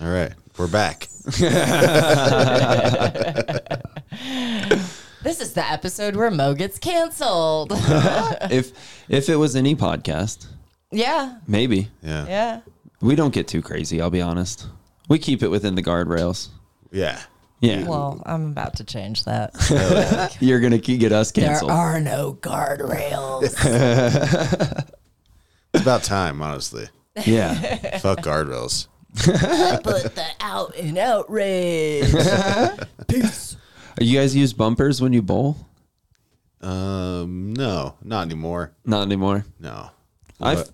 All right, we're back. This is the episode where Mo gets canceled. if if it was any podcast, yeah. maybe Yeah, yeah. Yeah. we don't get too crazy. I'll be honest. We keep it within the guardrails. Yeah, Well, I'm about to change that. you're gonna ke- get us there canceled. are no guardrails. It's about time, honestly. yeah, Fuck guardrails. Put the out in outrage. Peace. you guys use bumpers when you bowl? Um, no, not anymore. Not anymore. No. I What?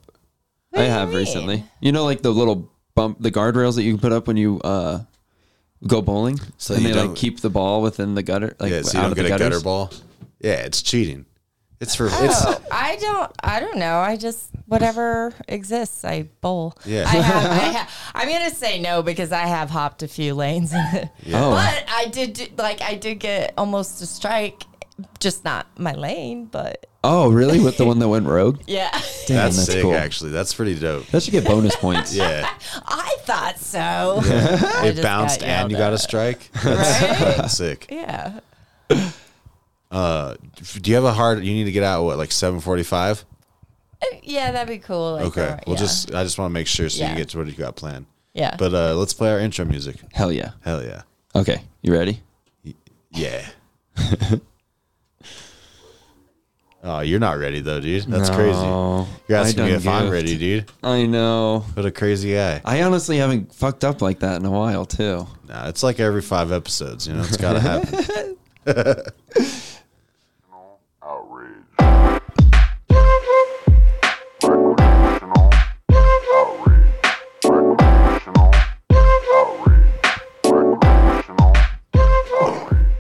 I do you have mean? recently. You know, like the little bump, the guardrails that you can put up when you uh go bowling, So and you they like don't- keep the ball within the gutter, like yeah, so you out don't get of the a gutter gutters. ball. Yeah, it's cheating. It's for it's Oh, I don't. I don't know. I just whatever exists, I bowl. Yeah. I have. I have I'm gonna say no because I have hopped a few lanes, Oh, but I did do, like I did get almost a strike, just not my lane. But oh, really? With the one that went rogue? yeah, Damn, that's, that's, sick cool. actually. That's pretty dope. That should get bonus points. Yeah. I thought so. I it just bounced got and you yelled got a strike. at, right? That's sick. yeah. Uh, do you have a hard? You need to get out what like seven forty five. Yeah, that'd be cool. Like, Okay, or- well yeah. just I just want to make sure so Yeah. you get to what you got planned. yeah. But uh, let's play our intro music. Hell yeah. Hell yeah, Okay, you ready? yeah. oh, you're not ready though, dude. That's crazy. No, You're I asking me done if I'm goofed. ready, dude. I know. What a crazy guy. I honestly haven't fucked up like that in a while too. Nah, it's like every five episodes. You know, it's gotta happen. outrage. Recreational outrage. Recreational outrage. Recreational outrage.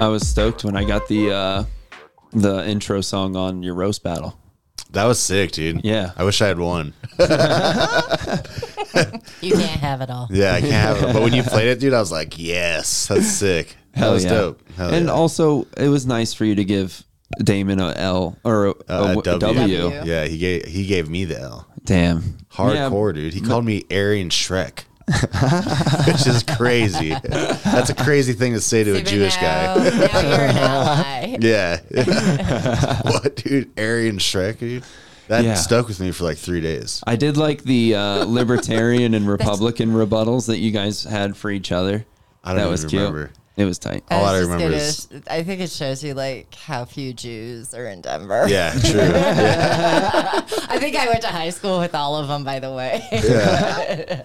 I was stoked when I got the uh the intro song on your roast battle. that was sick, dude. Yeah. I wish I had one. you can't have it all. Yeah, I can't have it. But when you played it, dude, I was like, yes, that's sick. That was yeah. dope. Hell and yeah. also, it was nice for you to give Damon a L or a, Uh, a w- a W. W. W. Yeah, he gave he gave me the L. Damn. Hardcore, dude. He called me Aryan Shrek, which is crazy. That's a crazy thing to say to a Even Jewish now, guy. now you're an ally. Yeah. what, dude? Aryan Shrek, dude. That Yeah. stuck with me for like three days. I did like the uh, libertarian and Republican rebuttals that you guys had for each other. I don't that even was remember. cute. It was tight. All I was just remember gonna is- sh- I think it shows you like how few Jews are in Denver. Yeah, true. Yeah. I think I went to high school with all of them, by the way. yeah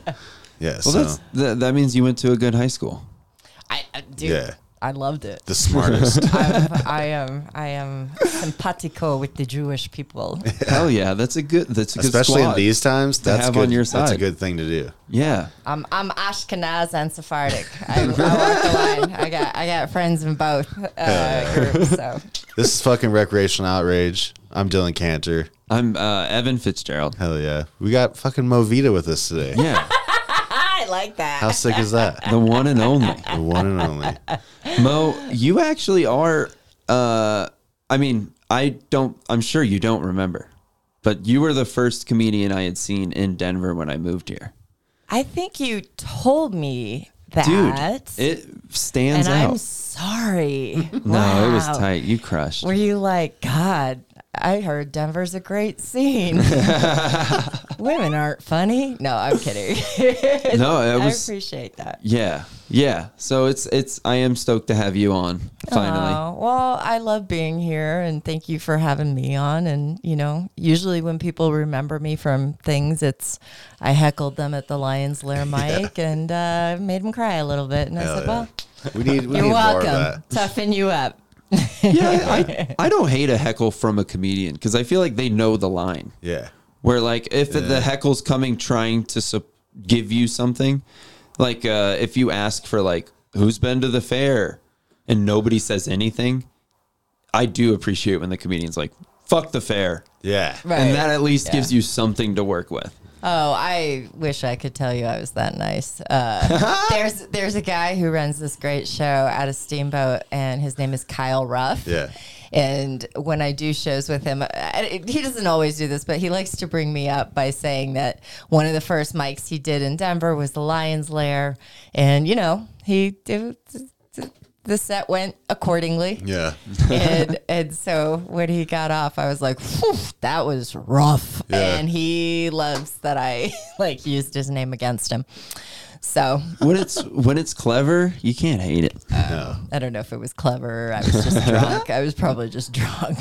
Well, so that's that, that means you went to a good high school. I, I dude, Yeah. I loved it. the smartest. I'm, I am, I am simpatico with the Jewish people. Hell yeah, that's a good. That's a good. Especially in squad. these times, that's have good. on your That's a side. good thing to do. Yeah. I'm, I'm Ashkenaz and Sephardic. I, I walk the line. I got, I got friends in both uh, groups. So This is fucking recreational outrage. I'm Dylan Cantor. I'm uh, Evan Fitzgerald. Hell yeah. We got fucking Movita with us today. Yeah. I like that. How sick is that? The one and only. The one and only. Mo, you actually are. Uh, I mean, I don't. I'm sure you don't remember, but you were the first comedian I had seen in Denver when I moved here, I think you told me dude. that. It stands and I'm out. sorry. No, it was Wow. tight. You crushed. Were you like, God, I heard Denver's a great scene. Women aren't funny. No, I'm kidding. No, it I was. appreciate that. Yeah, yeah. So it's it's. I am stoked to have you on finally. Oh, well, I love being here and thank you for having me on. And, you know, usually when people remember me from things, it's I heckled them at the Lion's Lair mic and uh, made them cry a little bit. And I Hell said, yeah. well, We need, we you're need more of welcome. that. Toughen you up. Yeah, I, I don't hate a heckle from a comedian because I feel like they know the line. Yeah. Where like if the heckle's coming trying to sup- give you something, like uh, if you ask for like who's been to the fair and nobody says anything, I do appreciate when the comedian's like fuck the fair, Yeah. Right. and that at least Yeah. gives you something to work with. Oh, I wish I could tell you I was that nice. Uh, there's there's a guy who runs this great show out of Steamboat, and his name is Kyle Ruff. Yeah. And when I do shows with him, I, he doesn't always do this, but he likes to bring me up by saying that one of the first mics he did in Denver was the Lion's Lair, and you know he did. The set went accordingly Yeah. and and so when he got off, I was like, "Phew, that was rough. Yeah. And he loves that I like used his name against him. So when it's when it's clever, you can't hate it. I don't know if it was clever. I was just drunk. I was probably just drunk.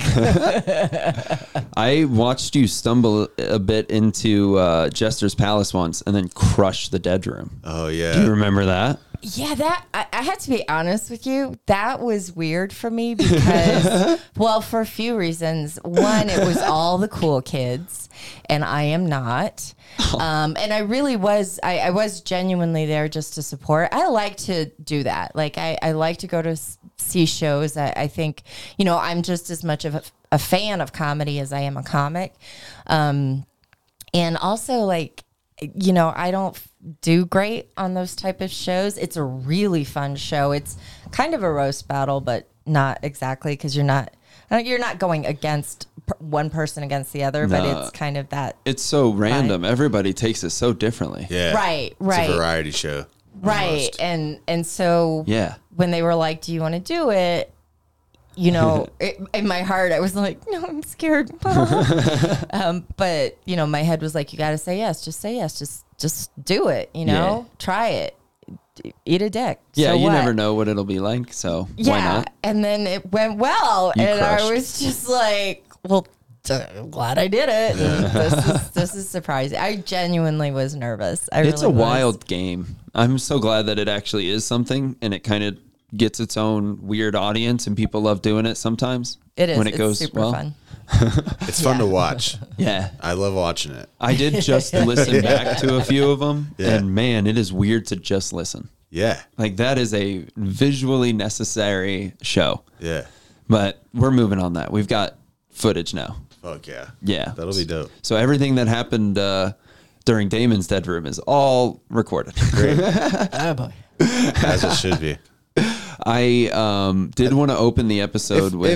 I watched you stumble a bit into uh, Jester's Palace once, and then crush the dead room. Oh Do you yeah. remember that? yeah, that I, I had to be honest with you. That was weird for me because, well, for a few reasons. One, it was all the cool kids, and I am not. Um, and I really was. I, I was genuinely there just to support. I like to do that. Like I, I like to go to s- see shows. I, I think you know I'm just as much of a, a fan of comedy as I am a comic. Um, and also like you know i don't f- do great on those type of shows it's a really fun show it's kind of a roast battle but not exactly because you're not I don't- you're not going against per- one person against the other but No. it's kind of that It's so random. Everybody takes it so differently. Yeah. right It's a right variety show. right and and so Yeah. when they were like do you want to do it you know it, in my heart i was like no i'm scared Um, but you know my head was like you got to say yes just say yes just just do it you know try it D- eat a dick Yeah, So you what? never know what it'll be like, so yeah why not? and then it went well You and crushed. i was just like well d- I'm glad I did it. This is this is surprising. I genuinely was nervous. I It's really a was. wild game. I'm so glad that it actually is something and it kind of gets its own weird audience and people love doing it sometimes. It is. when it it's goes super well. fun. It's fun to watch. Yeah. I love watching it. I did just listen back to a few of them Yeah. and man, it is weird to just listen. Yeah. Like that is a visually necessary show. Yeah. But we're moving on that. We've got footage now. Fuck yeah. Yeah. That'll be dope. So everything that happened uh, during Damon's dead room is all recorded. As it should be. I um, did want to open the episode If, with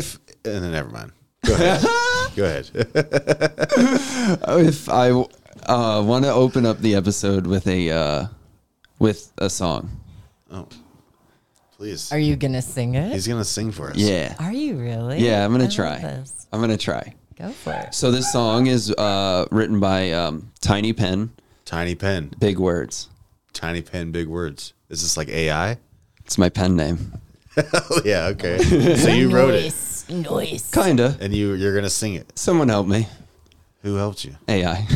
if and then never mind. Go ahead. Go ahead. if I uh, want to open up the episode with a uh, with a song. Oh. Please. Are you gonna sing it? He's gonna sing for us. Yeah, Are you really? yeah. I'm gonna I love try. this. I'm gonna try. Go for it. So this song is uh, written by um, Tiny Pen, Tiny pen. Big Words. Tiny pen. Big words. Is this like AI? It's my pen name. Oh yeah. Okay. So you wrote it Noise, noise. Kinda. and you you're gonna sing it. Someone help me. Who helped you? AI.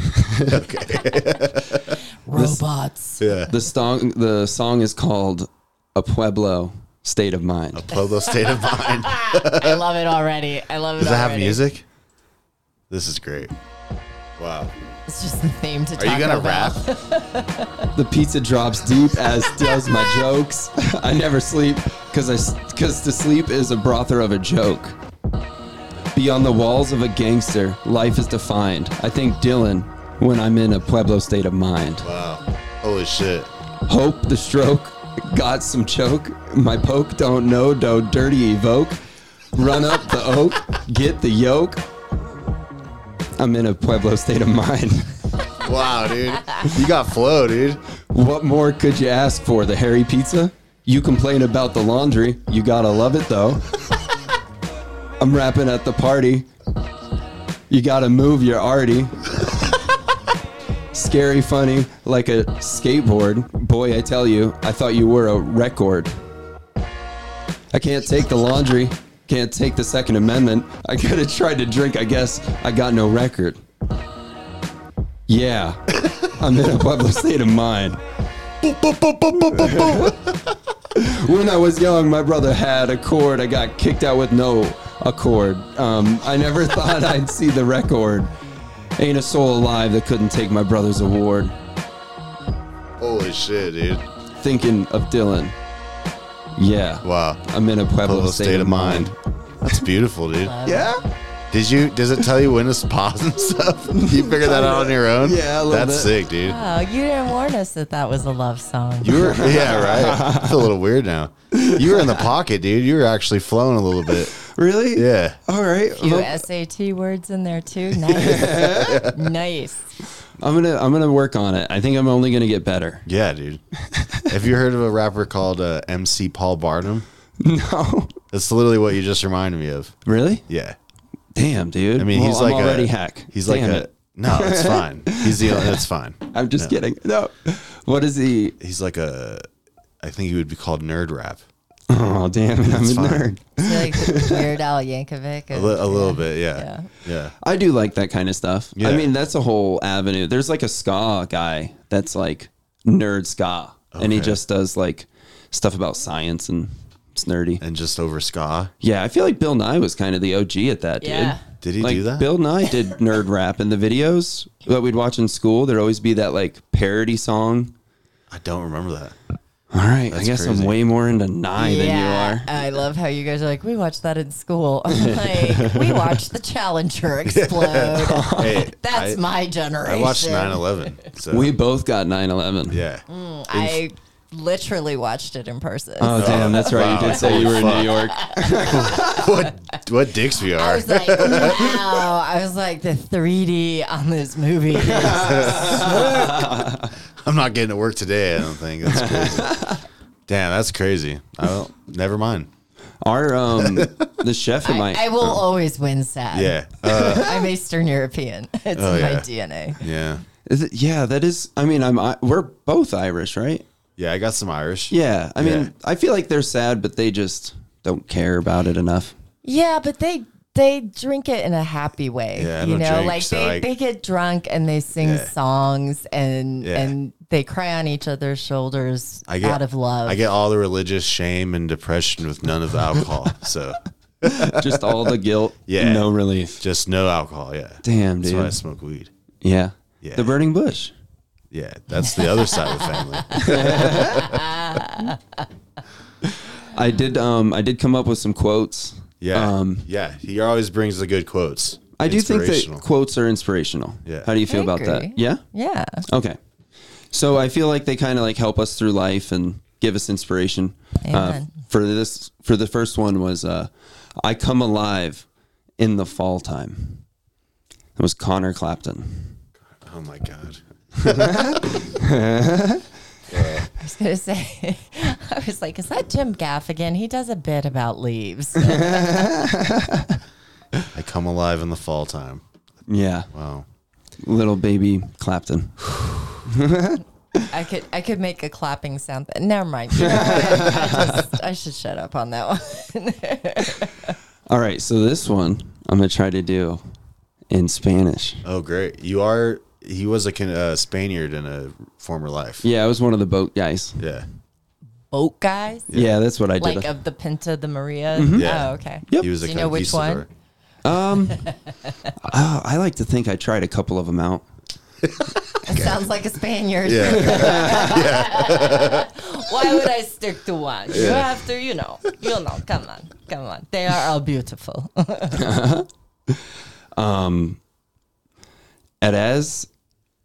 robots. Yeah. The song the song is called A Pueblo State of Mind. Pueblo State of Mind. I love it already. I love it Does it have already. music? This is great. Wow. It's just the theme to Are you gonna Taco rap? Bell. The pizza drops deep as does my jokes. I never sleep because I because to sleep is a brother of a joke. Beyond the walls of a gangster, life is defined. I think Dylan when I'm in a Pueblo state of mind. Wow. Holy shit. Hope the stroke got some choke. My poke don't know, do dirty evoke. Run up the oak, get the yoke. I'm in a Pueblo state of mind. Wow, dude. You got flow, dude. What more could you ask for? The hairy pizza? You complain about the laundry. You gotta love it though. I'm rapping at the party. You gotta move your arty. Scary, funny, like a skateboard. Boy, I tell you, I thought you were a record. I can't take the laundry. Can't take the Second Amendment. I could have tried to drink, I guess. I got no record. Yeah, I'm in a Pueblo state of mind. When I was young, my brother had a cord. I got kicked out with no accord. Um, I never thought I'd see the record. Ain't a soul alive that couldn't take my brother's award. Holy shit, dude. Thinking of Dylan. Yeah. Wow. I'm in a Pueblo, Pueblo state, of mind. That's beautiful, dude. Yeah? Did you? Does it tell you when to pause and stuff? You figured that out on your own? Yeah, a little that's bit. sick, dude. Oh, you didn't warn us that that was a love song. You were, yeah, right. It's a little weird now. You were in the pocket, dude. You were actually flowing a little bit. Really? Yeah. All right. few Well, SAT words in there too. Nice. nice. I'm gonna I'm gonna work on it. I think I'm only gonna get better. Yeah, dude. Have you heard of a rapper called uh, MC Paul Barnum? No. That's literally what you just reminded me of. Really? Yeah. Damn, dude. I mean, Well, he's I'm like already a, hack. He's Damn like a it. no. It's fine. He's the. It's fine. I'm just kidding. No. What is he? He's like a. I think he would be called nerd rap. Oh damn it! I'm a fine. nerd. It's like the Weird Al Yankovic. A, of- li- a little bit, yeah. yeah. I do like that kind of stuff. I Yeah. mean, that's a whole avenue. There's like a ska guy that's like nerd ska, and he Okay. just does like stuff about science and it's nerdy. And just over ska. Yeah, I feel like Bill Nye was kind of the OG at that, Yeah. dude. Did he like do that? Bill Nye did nerd rap in the videos that we'd watch in school. There'd always be that like parody song. I don't remember that. All right, I guess I'm crazy. way more into Nye than you are. I love how you guys are like, we watched that in school. I'm like, we watched the Challenger explode. Hey, That's I, my generation. I watched 9 11. So, We both got 9/11. yeah. Mm, I literally watched it in person. Oh damn, that's right. Wow. You did say you were in New Fuck. York. What what dicks we I are. was like, wow. I was like, the 3D on this movie. is- I'm not getting to work today, I don't think. That's crazy. Damn, that's crazy. I don't, never mind. Our um, the chef in my I, I will always win sad. Yeah. Uh, I'm Eastern European. It's Oh, in my yeah. DNA. yeah. Is it, yeah, that is. I mean, I'm. I, we're both Irish, right? Yeah, I got some Irish. Yeah. I mean, Yeah. I feel like they're sad, but they just don't care about it enough. Yeah, but they they drink it in a happy way. Yeah, I you don't know, drink, like so they, like- they get drunk and they sing Yeah. songs and Yeah. and they cry on each other's shoulders I get, out of love. I get all the religious shame and depression with none of the alcohol. so Just all the guilt. Yeah. No relief. just no alcohol. Yeah. Damn, That's why I dude. smoke weed. Yeah. Yeah. The burning bush. Yeah, that's the other side of the family. I did. Um. I did come up with some quotes. Yeah, Um. yeah. He always brings the good quotes. I do think that Inspirational. quotes are inspirational. Yeah. How do you feel I about agree. that? Yeah. yeah. Okay. So I feel like they kind of like help us through life and give us inspiration. Uh, Amen. for this, for the first one was, uh, "I come alive in the fall time." It was Connor Clapton. Oh my god. I was gonna say I was like, is that Jim Gaffigan? He does a bit about leaves. I come alive in the fall time. Yeah, Wow. little baby Clapton. I could I could make a clapping sound. Th- Never mind. You know what? I, just, I should shut up on that one. All right, so this one I'm gonna try to do in Spanish. Oh great. You are. He was a can, uh, Spaniard in a former life. Yeah, I was one of the boat guys. Yeah. Boat guys, Yeah, that's what I did. like of the Pinta, the Maria. Mm-hmm. Yeah. Oh, okay. Yep. He was a Do you know which one? conquistador. Oh, I like to think I tried a couple of them out. It sounds like a Spaniard. Yeah. Why would I stick to one? You Yeah. have to, you know, you know. Come on, come on. They are all beautiful. Eres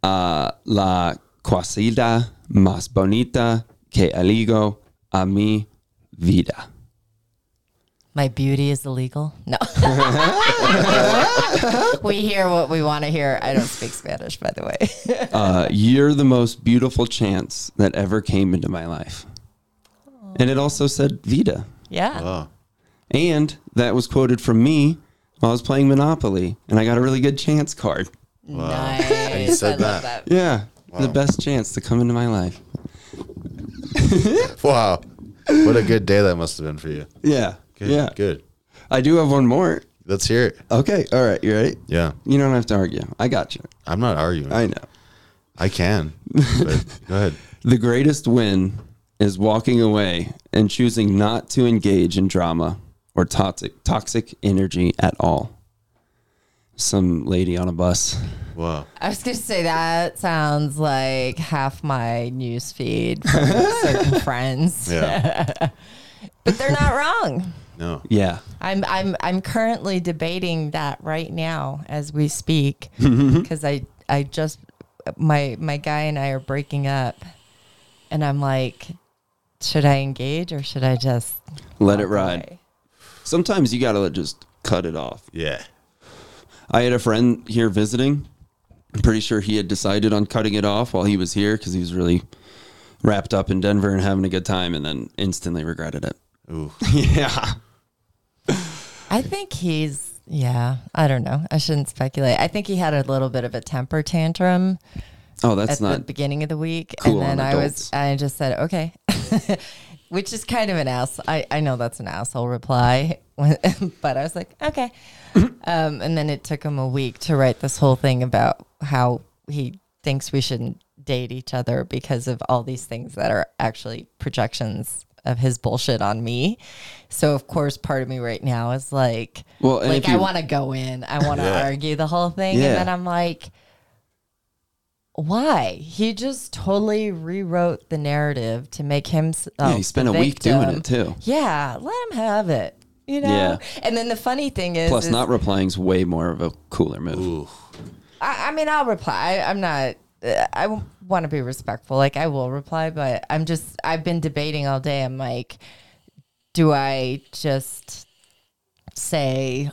uh, la cuasida más bonita que eligo a mi vida. My beauty is illegal. No. we hear what we want to hear. I don't speak Spanish, by the way. Uh, you're the most beautiful chance that ever came into my life. And it also said vida. Yeah. wow. And that was quoted from me while I was playing Monopoly, and I got a really good chance card. Nice. he said I love that. that. Yeah, the best chance to come into my life. Wow. What a good day that must have been for you. Yeah, Good. yeah. Good. I do have one more. Let's hear it. Okay, all right, you ready? Yeah. You don't have to argue. I got you. I'm not arguing. I I, know. can. But go ahead. The greatest win is walking away and choosing not to engage in drama or toxic toxic energy at all. Some lady on a bus. Wow. I was going to say that sounds like half my news feed from certain friends. Yeah. But they're not wrong. No. Yeah. I'm I'm I'm currently debating that right now as we speak Mm-hmm. because I I just my my guy and I are breaking up, and I'm like, should I engage or should I just Let it walk ride. away? Sometimes you gotta let- just cut it off. Yeah. I had a friend here visiting. I'm pretty sure he had decided on cutting it off while he was here because he was really wrapped up in Denver and having a good time, and then instantly regretted it. Ooh. yeah. I think he's yeah. I don't know. I shouldn't speculate. I think he had a little bit of a temper tantrum Oh, that's at the not. beginning of the week, and cool then on I adults. was I just said okay, which is kind of an ass. I I know that's an asshole reply, but I was like okay, um, and then it took him a week to write this whole thing about how he thinks we shouldn't date each other because of all these things that are actually projections of his bullshit on me. So of course part of me right now is like Well, and like if you- I want to go in. I want to Yeah. argue the whole thing Yeah. and then I'm like why? He just totally rewrote the narrative to make himself. Yeah, he spent a the week doing victim. it too. Yeah, let him have it. You know. Yeah. And then the funny thing is, Plus, is not replying's way more of a cooler move. Ooh. I, I mean, I'll reply. I, I'm not. uh, I want to be respectful. Like I will reply, but I'm just. I've been debating all day. I'm like, do I just say,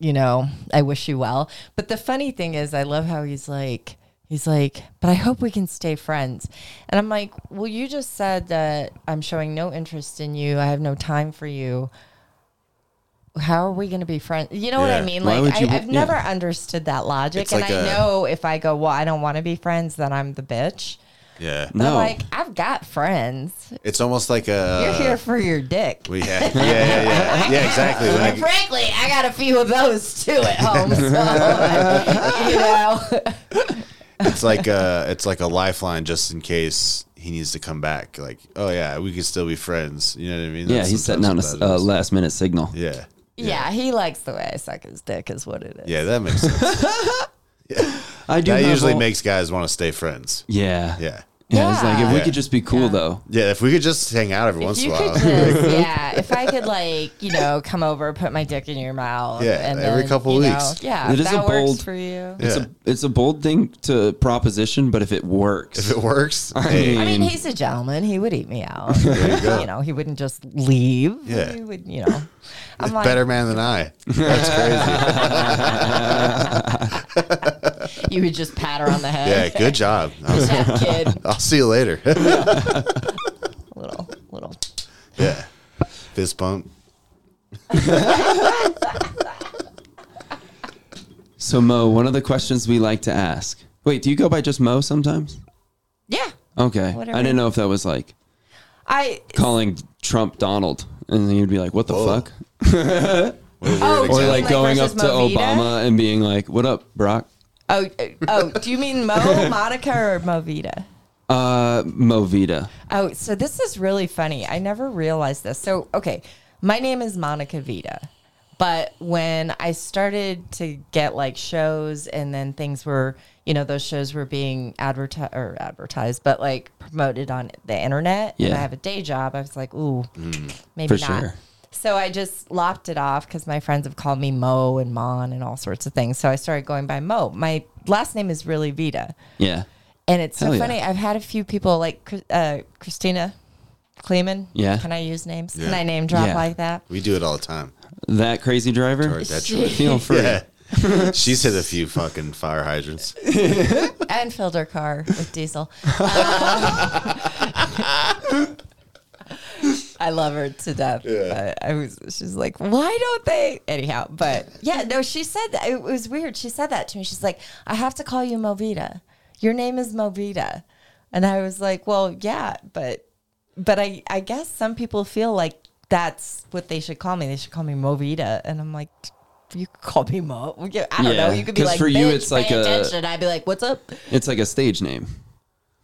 you know, I wish you well? But the funny thing is, I love how he's like. He's like, but I hope we can stay friends. And I'm like, well, you just said that I'm showing no interest in you. I have no time for you. How are we going to be friends? You know what Yeah. I mean? Why Like, would I, you wa- I've never yeah. understood that logic. It's and like I a- know if I go, well, I don't want to be friends, then I'm the bitch. Yeah. But No. like, I've got friends. It's almost like a. You're here for your dick. Uh, We yeah, yeah, yeah, yeah, yeah, exactly. And Like, frankly, I got a few of those too at home. So, you know, it's like a, it's like a lifeline just in case he needs to come back. Like, oh yeah, we can still be friends. You know what I mean? yeah, That's he's setting out a sometimes s- what that uh, is. last minute signal. yeah, yeah, he likes the way I suck his dick, is what it is. yeah, that makes sense. I do. that have usually all- makes guys want to stay friends. Yeah. Yeah, Yeah, It's like if we Yeah. could just be cool though. yeah. If we could just hang out every If once in you a could while, just, yeah, if I could like, you know, come over, put my dick in your mouth, Yeah, and every then, couple you know, weeks. yeah, It if is a that works bold- for you. It's Yeah. a it's a bold thing to proposition, but if it works, if it works, I hey, I mean, he's a gentleman. He would eat me out. there you go. you know, he wouldn't just leave. Yeah. He would, you know. I'm like, Better man than I. That's crazy. you would just pat her on the yeah, head. good job. I'll, That kid. I'll see you later. Little, little. yeah, fist bump. So Mo, one of the questions we like to ask. Wait, do you go by just Mo sometimes? Yeah. Okay, Whatever. I didn't know if that was like I, calling Trump Donald, and then you'd be like, "What the Whoa. fuck?" oh, do Or you mean, like going up versus to Movida? Obama and being like, "What up, Brock?" Oh, uh, oh, do you mean Mo, Monica, or Movita? Uh, Movida. Oh, so this is really funny. I never realized this. So, okay, my name is Monica Vita, but when I started to get like shows and then things were, you know, those shows were being advertised or advertised, but like promoted on the internet, and Yeah. Mm, I have a day job, I was like, ooh, maybe For not. sure. So I just lopped it off because my friends have called me Mo and Mon and all sorts of things. So I started going by Mo. My last name is really Vita. Yeah, And it's so Hell yeah. funny. I've had a few people like Chris- uh, Christina Kleeman. Yeah. Can I use names? Can Yeah. I name drop Yeah. like that? We do it all the time. that crazy driver. Or that She- Feel free. Yeah. She's hit a few fucking fire hydrants. and filled her car with diesel. Um, I love her to death. I, I was, she's like, why don't they? Anyhow, but yeah, no, she said that. It was weird. She said that to me. She's like, I have to call you Movita. Your name is Movita. And I was like, well, yeah, but, but I, I guess some people feel like that's what they should call me. They should call me Movita. And I'm like, you could call me Mo. I don't Yeah, know. You could be 'cause like, for you, "Bitch, it's like pay a- attention. I'd be like, what's up? It's like a stage name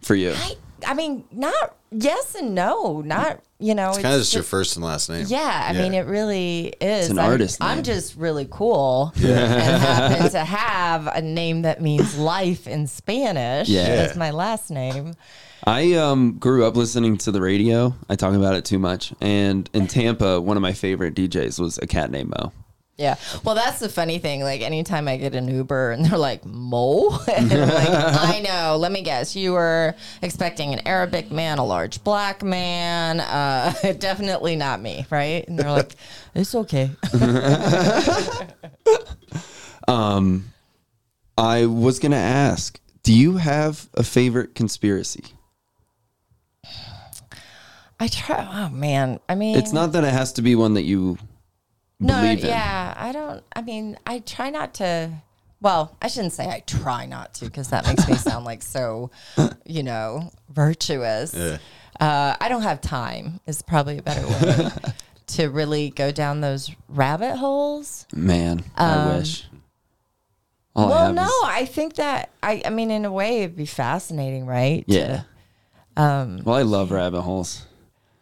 for you. I I mean, not yes and no. Not you know. It's kind of just your first and last name. Yeah, I mean, it really is. an I'm, artist I'm name. just really cool and happen to have a name that means life in Spanish. Yeah. That's my last name. I um, grew up listening to the radio. I talk about it too much. And in Tampa, one of my favorite DJs was a cat named Mo. Yeah. Well, that's the funny thing. Like, anytime I get an Uber and they're like, Mo? And I'm like, I know. Let me guess. You were expecting an Arabic man, a large black man. Uh, definitely not me, right? And they're like, it's okay. I was going to ask, do you have a favorite conspiracy? I try. Oh, man. I mean, It's not that it has to be one that you no, believe in. yeah. I don't, I mean, I try not to. Well, I shouldn't say I try not to because that makes me sound like so, you know, virtuous. Uh, I don't have time, is probably a better way to really go down those rabbit holes. Man, I wish. All Um, well, have no, is- I think that, I, I mean, in a way, it'd be fascinating, right? To- yeah. Um, well, I love rabbit holes.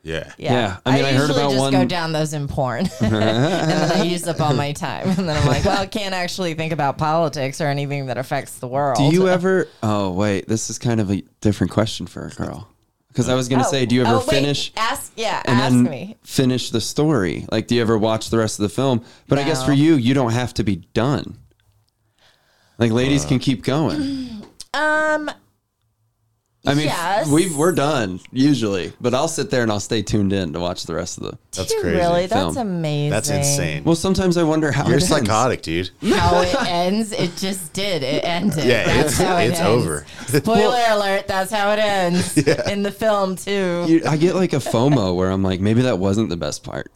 Yeah. Yeah. Yeah, I mean, I heard usually about just one- go down those in porn, and then I use up all my time, and then I'm like, well, I can't actually think about politics or anything that affects the world. Do you ever? Oh wait, this is kind of a different question for a girl. Because I was gonna Oh. say, do you ever Oh, wait. finish Ask yeah. and ask then me. finish the story? Like, do you ever watch the rest of the film? But I guess No. for you, you don't have to be done. Like ladies can keep going. Um. I mean, yes. we we're done usually, but I'll sit there and I'll stay tuned in to watch the rest of the. That's dude, crazy. Really, that's Film. amazing. That's insane. Well, sometimes I wonder how You're it ends. psychotic, dude. How it ends? It just did. It ended. Yeah, That's it's- how it it's ends. over. Spoiler alert. That's how it ends in the film too. You- I get like a FOMO where I'm like, maybe that wasn't the best part.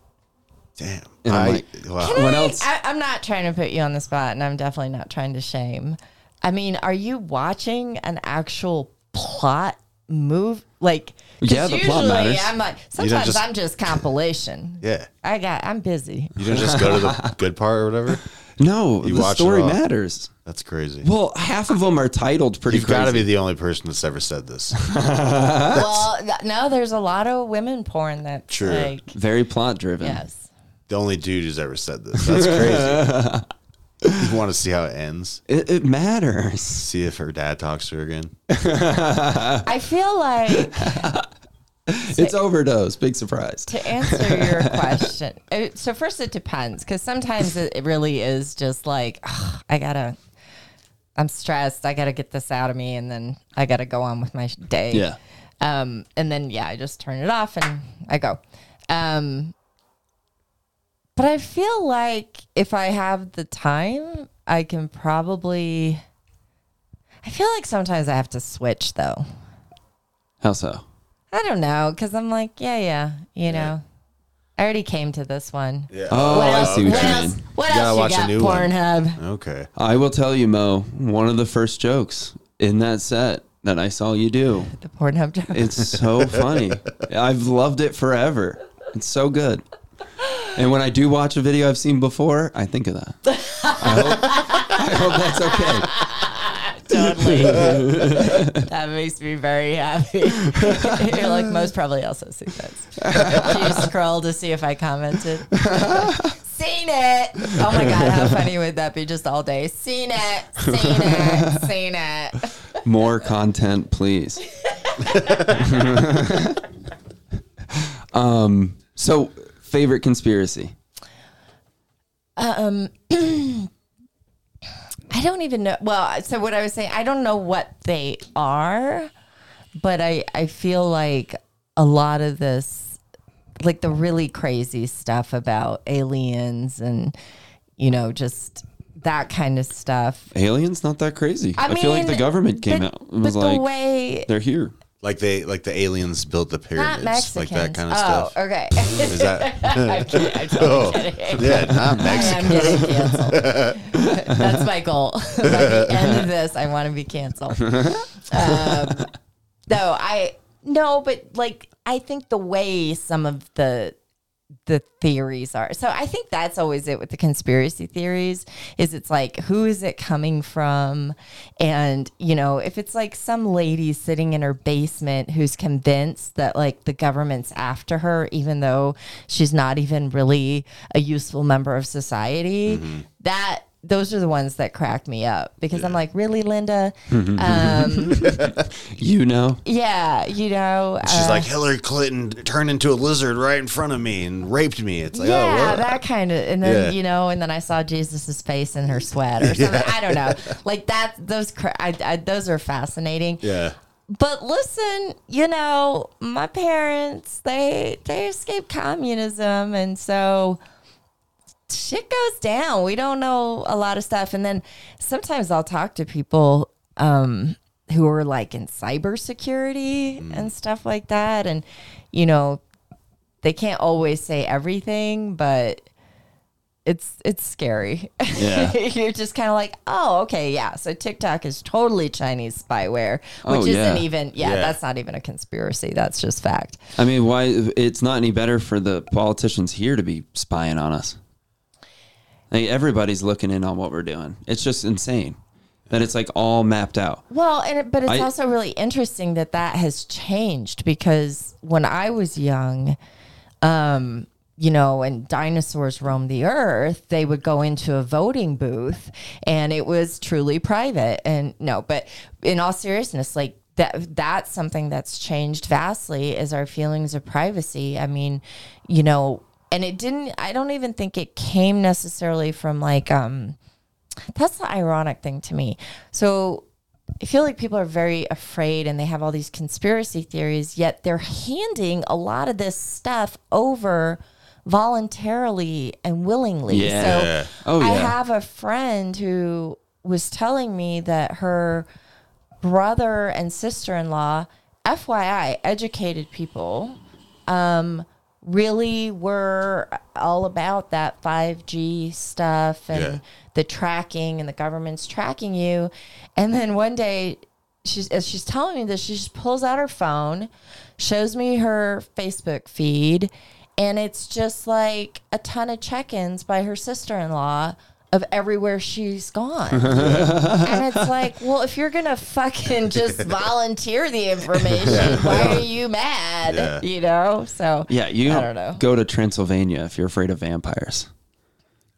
Damn. And I'm I- like, wow. Uh, What I- else? I, I'm not trying to put you on the spot, and I'm definitely not trying to shame. I mean, are you watching an actual plot move? Like, 'cause Yeah, the plot matters. I'm like, sometimes just- I'm just compilation. Yeah. I got, I'm busy. You don't just go to the good part or whatever. No, You the watch it story all. matters. That's crazy. Well, half of them are titled pretty. You've got to crazy. be the only person that's ever said this. well, th- no, there's a lot of women porn that True. like, very plot driven. yes. The only dude who's ever said this. That's crazy. you want to see how it ends? It, it matters. See if her dad talks to her again. I feel like It's overdose. Big surprise. to answer your question. uh, So first, it depends because sometimes it it really is just like "Ugh, I gotta. I'm stressed. I gotta get this out of me, and then I gotta go on with my sh- day. Yeah. Um. And then yeah, I just turn it off and I go. Um. But I feel like if I have the time, I can probably. I feel like sometimes I have to switch though. How so? I don't know because I'm like, yeah, yeah, you know, I already came to this one. Yeah. Oh, I see what what you else? mean. What You gotta else you watch a got? new one. Pornhub. Okay. I will tell you, Mo. One of the first jokes in that set that I saw you do. The Pornhub joke. It's so funny. I've loved it forever. It's so good. And when I do watch a video I've seen before, I think of that. I hope, I hope that's okay. totally. that makes me very happy. You're like most probably also see that. Do you scroll to see if I commented? Seen it. Oh my god, how funny would that be? Just all day. Seen it. Seen it. Seen it. More content, please. um, Um, so favorite conspiracy. I don't even know. Well, so what I was saying, I don't know what they are, but I I feel like a lot of this, like the really crazy stuff about aliens and you know just that kind of stuff. Aliens not that crazy. I, I, feel like the mean, government came but- out and was but like the way they're here. Like they like the aliens built the not pyramids, Mexicans, like that kind of oh, stuff. okay. Is that? I'm kidding. I'm totally Oh, kidding. yeah, not I Mexican. am getting canceled. That's my goal. By the end of this, I want to be canceled. Um, no, I no, but like I think the way some of the the theories are. So I think that's always it with the conspiracy theories is it's like who is it coming from and you know if it's like some lady sitting in her basement who's convinced that like the government's after her even though she's not even really a useful member of society Mm-hmm. that those are the ones that crack me up because I'm like, really, Linda? Mm-hmm. Um, You know, yeah, you know. She's uh, like Hillary Clinton turned into a lizard right in front of me and raped me. It's like, oh, yeah, what? that kind of, and then Yeah. you know, and then I saw Jesus's face in her sweat or something. I don't know, like that. Those, cra- I, I, those are fascinating. yeah. But listen, you know, my parents they they escaped communism, and so shit goes down. We don't know a lot of stuff, and then sometimes I'll talk to people um, who are like in cybersecurity Mm. and stuff like that, and you know, they can't always say everything, but it's it's scary. Yeah. You're just kind of like, oh, okay, yeah. So TikTok is totally Chinese spyware, which Oh, isn't yeah. even yeah, Yeah. that's not even a conspiracy. That's just fact. I mean, why? It's not any better for the politicians here to be spying on us. Like, everybody's looking in on what we're doing. It's just insane that it's like all mapped out. Well, and it, but it's I- also really interesting that that has changed because when I was young, um, you know, and dinosaurs roamed the earth, they would go into a voting booth and it was truly private. And no, but in all seriousness, like that that's something that's changed vastly is our feelings of privacy. I mean, you know, and it didn't I don't even think it came necessarily from like um that's the ironic thing to me. So I feel like people are very afraid and they have all these conspiracy theories, yet they're handing a lot of this stuff over voluntarily and willingly. Yeah. So Oh, I yeah. have a friend who was telling me that her brother and sister in law, FYI, educated people, um, really were all about that 5G stuff and Yeah. the tracking and the government's tracking you. And then one day, she's as she's telling me this, she just pulls out her phone, shows me her Facebook feed, and it's just like a ton of check-ins by her sister-in-law of everywhere she's gone. And it's like, well, if you're gonna fucking just volunteer the information, why are you mad? Yeah. You know? So Yeah, you I don't know. go to Transylvania if you're afraid of vampires.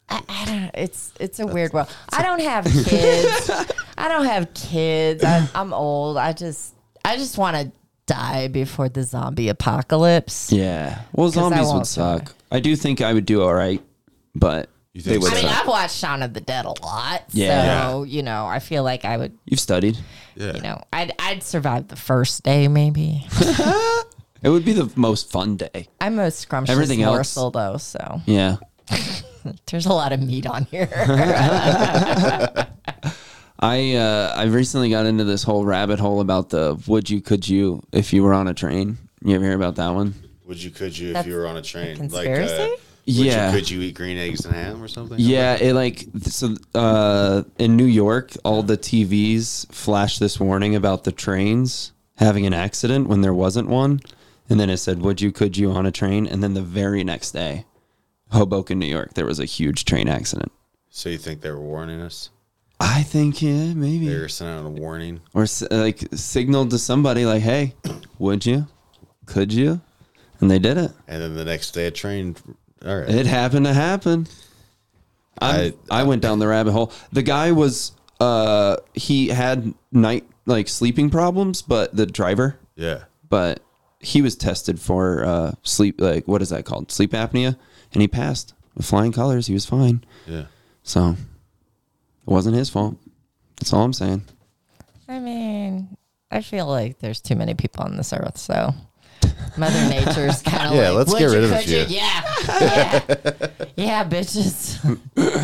I, I don't know. It's it's a weird world. I don't have kids. I don't have kids. I, I'm old. I just I just want to die before the zombie apocalypse. Yeah. Well, I zombies would won't suck. I do think I would do all right, but You they think would so? I mean, suck. I've watched Shaun of the Dead a lot, Yeah. so you know, I feel like I would, You've studied. Yeah. you know, I'd I'd survive the first day maybe. It would be the most fun day. I'm a scrumptious Everything else- morsel though, so Yeah. there's a lot of meat on uh, here. I uh, I recently got into this whole rabbit hole about the would you could you if you were on a train. You ever hear about that one? Would you, could you, That's if you were on a train? conspiracy? Like, uh, would Yeah. You, could you eat green eggs and ham or something? Yeah, it like so uh, in New York, all the TVs flashed this warning about the trains having an accident when there wasn't one, and then it said, "Would you, could you on a train?" And then the very next day, Hoboken, New York, there was a huge train accident. So you think they were warning us? I think yeah, maybe They were sending out a warning. or s- like signaled to somebody like, "Hey, would you, could you?" And they did it. And then the next day, a train. All right. It happened to happen. I I went down the rabbit hole. The guy was uh he had night like sleeping problems, but the driver, yeah. but he was tested for uh sleep like what is that called? Sleep apnea and he passed with flying colors. He was fine. Yeah. So it wasn't his fault. That's all I'm saying. I mean, I feel like there's too many people on this earth, so Mother Nature's kind of Yeah, like, let's would get you, rid of a could you? few. Yeah, yeah, yeah, bitches. Take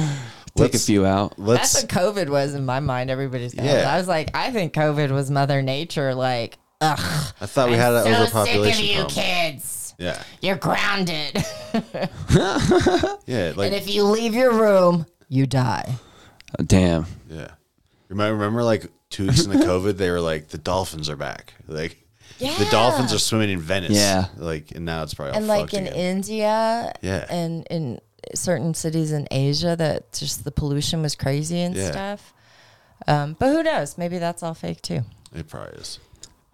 Let's- a few out. Let's. That's what COVID was in my mind. Everybody's going. Yeah. I was like, I think COVID was Mother Nature. Like, ugh, I thought we had an so sick of overpopulation you problem. kids. Yeah. You're grounded, Yeah. Like. and if you leave your room, you die. Uh, Damn. yeah. Remember, remember, like two weeks into COVID, they were like, "The dolphins are back." Like, The dolphins Yeah. are swimming in Venice. Yeah. Like, and now it's probably all and like fucked in again. India, Yeah. and in certain cities in Asia, that just the pollution was crazy and Yeah. stuff. Um, but who knows? Maybe that's all fake too. It probably is.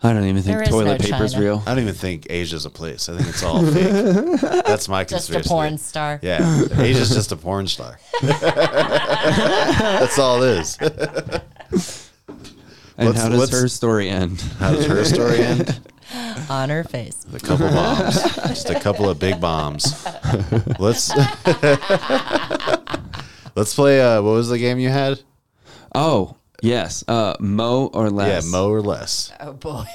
I don't even think There is no toilet paper's China. real. I don't even think Asia's a place. I think it's all fake. That's my Just conspiracy. a porn theory. star. Yeah, Asia's just a porn star. That's all it is. And What's- how does what's- her story end? How does her story end? on her face. A couple bombs, just a couple of big bombs. let's let's play. Uh, what was the game you had? Oh, yes. Uh, Mo or less. Yeah, Mo or less. Oh boy,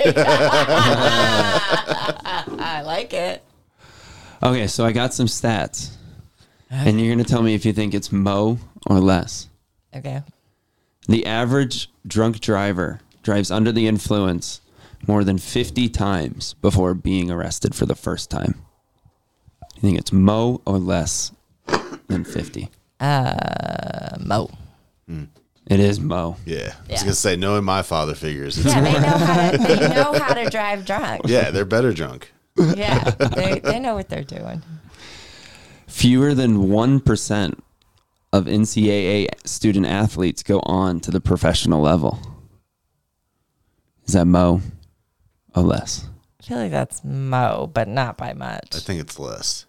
I like it. Okay, so I got some stats. And you're going to tell me if you think it's Mo or less. Okay, The average drunk driver drives under the influence more than 50 times before being arrested for the first time. You think it's Mo or less than 50? uh, Mo. It is Mo. Yeah, I was Yeah. gonna say knowing my father figures. It's, Yeah, they know how to, they know how to drive drunk. yeah, they're better drunk. Yeah, they, they know what they're doing. Fewer than 1% of NCAA student athletes go on to the professional level. Is that Mo or less? I feel like that's Mo, but not by much. I think it's less.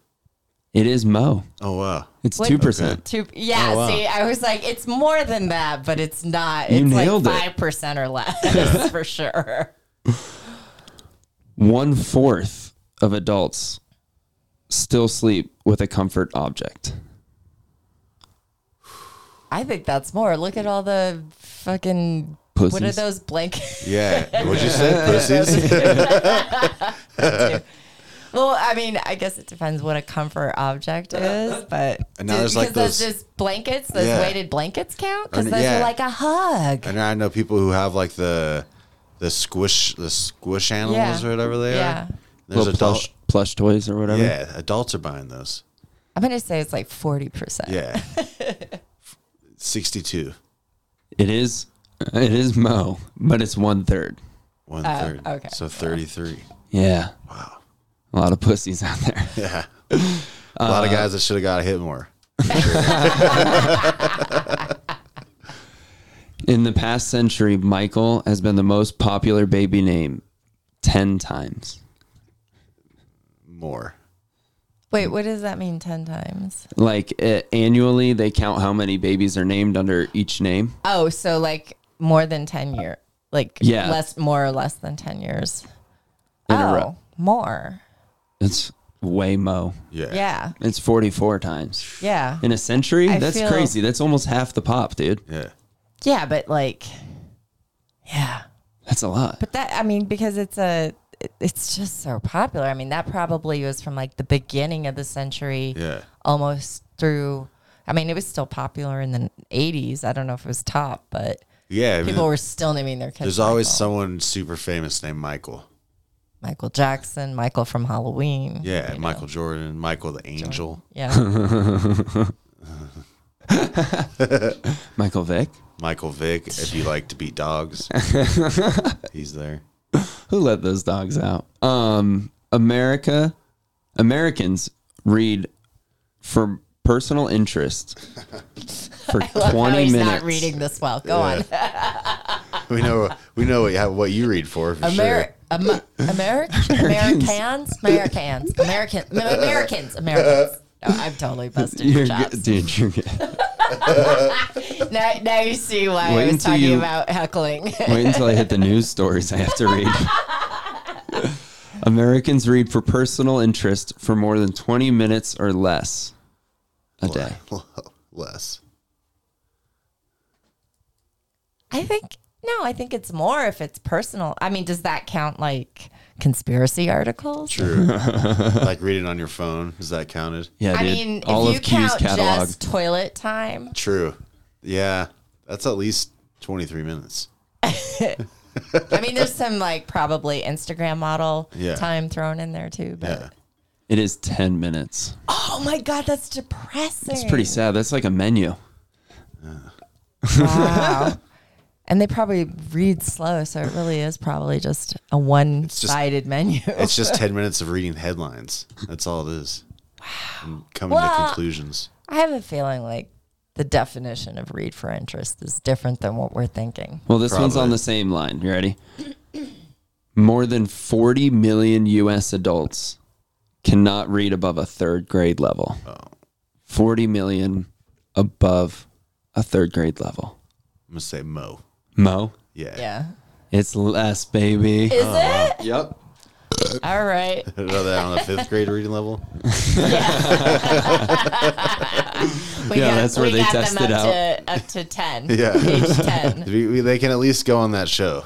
It is Mo. Oh wow, It's What- 2%. Two, yeah, Oh, wow. see, I was like, it's more than that, but it's not. You It's nailed it. like 5% or less for sure. One fourth of adults still sleep with a comfort object. I think that's more. Look at all the fucking. What are Pussies. those blankets? Yeah, what'd you say? Pussies? Well, I mean, I guess it depends what a comfort object is, but And now there's, like, because those- just blankets, those Yeah. weighted blankets count because Or- those yeah. are like a hug. And I know people who have like the the squish the squish animals Yeah. or whatever they Yeah. are. There's Little adult. plush, plush toys or whatever. Yeah, adults are buying those. I'm gonna say it's like forty percent. Yeah, sixty-two, It is it is Mo, but it's one third. one third. Oh, okay. So thirty-three. Yeah. Wow. A lot of pussies out there. Yeah. A lot Uh, of guys that should have got hit more. In the past century, Michael has been the most popular baby name ten times. More. Wait, what does that mean? Ten times? Like uh, annually, they count how many babies are named under each name. Oh, so like more than ten year, like Yeah. less, more or less than ten years. In a oh, row. more. It's way Mo. Yeah. Yeah, It's forty four times. yeah, In a century? I That's feel- crazy. That's almost half the pop, dude. Yeah. yeah. But like, yeah. That's a lot. But that, I mean, because it's a, it- it's just so popular. I mean, that probably was from like the beginning of the century, Yeah. almost through. I mean, it was still popular in the '80s. I don't know if it was top, but Yeah. I mean, people were still naming their kids. there's always Michael. someone super famous named Michael. Michael Jackson, Michael from Halloween. Yeah. Michael Jordan, Michael the Angel, Yeah. Michael Vick? Michael Vick, if you like to beat dogs. He's there. Who let those dogs out? Um, America, Americans read for personal interest for Oh, twenty he's minutes. not reading this well. Go on. We know we know what, you- what you read for for Amer- Am- Americ- Americans, Americans, American, M- Americans, Americans. No, I've totally busted your Uh, You're chops. good, dude. You're good. Now, now you see why Wait I was until talking you- about heckling. Wait until I hit the news stories I have to read. Americans read for personal interest for more than twenty minutes or less a sure. day. Less. I think no, I think it's more if it's personal. I mean, does that count like conspiracy articles? True. like reading on your phone. Is that counted? Yeah, I dude. mean, All if of you Q's count catalog. just toilet time, True. Yeah. That's at least 23 minutes. I mean, there's some like probably Instagram model Yeah. time thrown in there too. But Yeah. It is ten minutes. oh my god, that's depressing. It's pretty sad. That's like a menu. Wow. And they probably read slow, so it really is probably just a one-sided menu. It's just 10 minutes of reading headlines. That's all it is. Wow. uh, And coming to Well, conclusions. I have a feeling like the definition of read for interest is different than what we're thinking. Well, this one's on Probably. the same line. You ready? More than 40 million U.S. adults cannot read above a third grade level. 40 million above a third grade level. I'm going to say Mo. Mo, Yeah. Yeah. it's less, baby. Is it? Uh-huh. yep. All right. Rather than on the fifth grade reading level. We Yeah, that's where we they got test them it up To, up to 10. Yeah. Page 10. We- we- they can at least go on that show.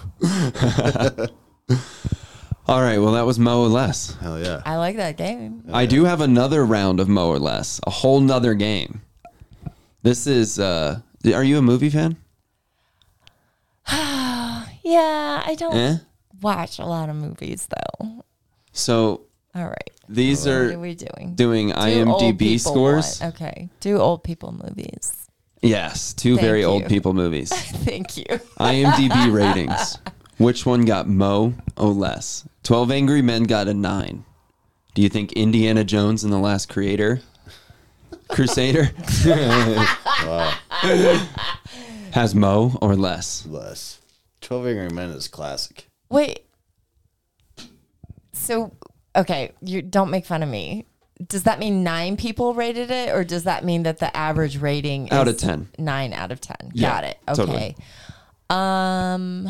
All right. Well, that was Mo or less. Hell yeah. I like that game. I do have another round of Mo or less, a whole nother game. This is, uh, are you a movie fan? Yeah, I don't Eh? watch a lot of movies though. So All right. these What are are we doing? doing Do old IMDb people scores. want- Okay. Do old people movies. Yes, two Thank very you. old people movies. Thank you. IMDb ratings. Which one got Mo or less? 12 Angry Men got a 9. Do you think Indiana Jones and the Last Creator? Crusader? Has Mo or less? Less. 12 Angry Men is classic. Wait. So, okay, you don't make fun of me. Does that mean nine people rated it, or does that mean that the average rating is Out of 10. Nine out of ten. Yeah, Got it. Okay. totally. Um.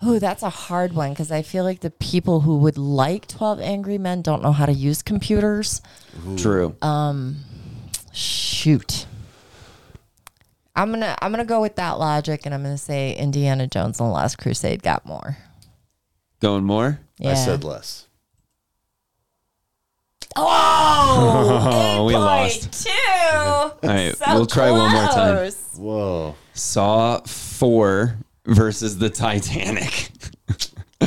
Oh, that's a hard one because I feel like the people who would like Twelve Angry Men don't know how to use computers. True. Um, Shoot. I'm gonna I'm gonna go with that logic, and I'm gonna say Indiana Jones and the Last Crusade got more. Going more? I said less. Oh, Oh, we lost. Two. All All right, we'll try one more time. Whoa. Saw 4 versus the Titanic.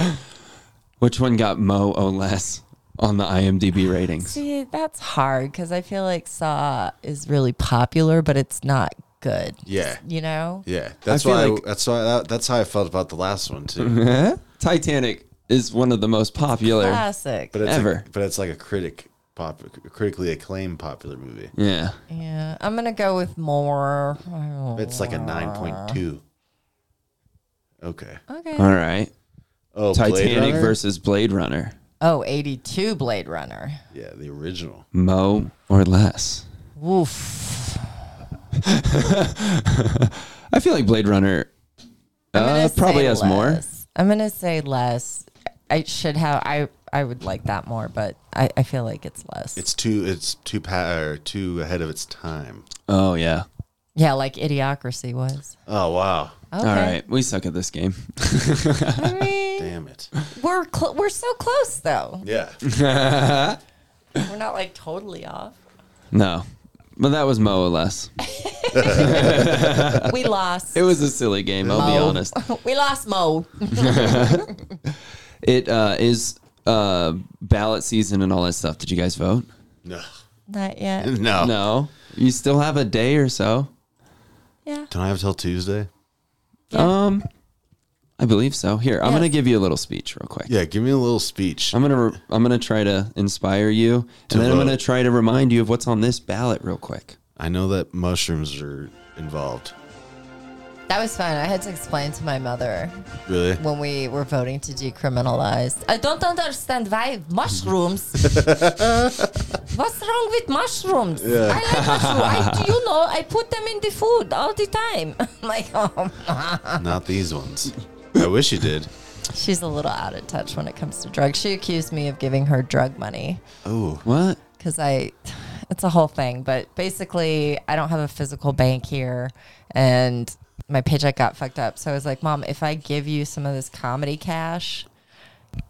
Which one got Mo or less on the IMDb ratings? See, that's hard because I feel like Saw is really popular, but it's not good. Yeah. You know? Yeah. That's feel why like- that's why that, that's how I felt about the last one too. Titanic is one of the most popular. Classic. But it's Ever. Like, but it's like a critic pop critically acclaimed popular movie. Yeah. yeah. I'm going to go with more. It's like a 9.2. Okay. Okay. All right. Oh, Blade Titanic Runner? versus Blade Runner. Oh, 82 Blade Runner. Yeah, the original. Mo or less? Woof. I feel like Blade Runner uh, probably has more. I'm going to say less. I should have. I, I would like that more, but I, I feel like it's less. It's too it's too pa- or too ahead of its time. Oh, yeah. yeah, like Idiocracy was. Oh wow. Okay. All right. We suck at this game. I mean, Damn it. we're cl- we're so close though. Yeah. We're not like totally off. No. But that was Mo or less. We lost. It was a silly game, I'll be Mo. honest. we lost Mo. It uh, is uh, ballot season and all that stuff. Did you guys vote? No. Not yet. No. No. You still have a day or so. Yeah. Don't I have till Tuesday? Um, I believe so. Here, I'm Yes. going to give you a little speech real quick. Yeah, give me a little speech. I'm gonna re- I'm gonna try to inspire you, and then I'm vote. gonna try to remind you of what's on this ballot real quick. I know that mushrooms are involved. That was fun. I had to explain to my mother Really? when we were voting to decriminalize. I don't understand why mushrooms. What's wrong with mushrooms? I like mushrooms. I, you know, I put them in the food all the time. I'm like, oh. Not these ones. I wish you did. She's a little out of touch when it comes to drugs. She accused me of giving her drug money. Oh, What? because I, it's a whole thing. But basically, I don't have a physical bank here, and my paycheck got fucked up. So I was like, Mom, if I give you some of this comedy cash,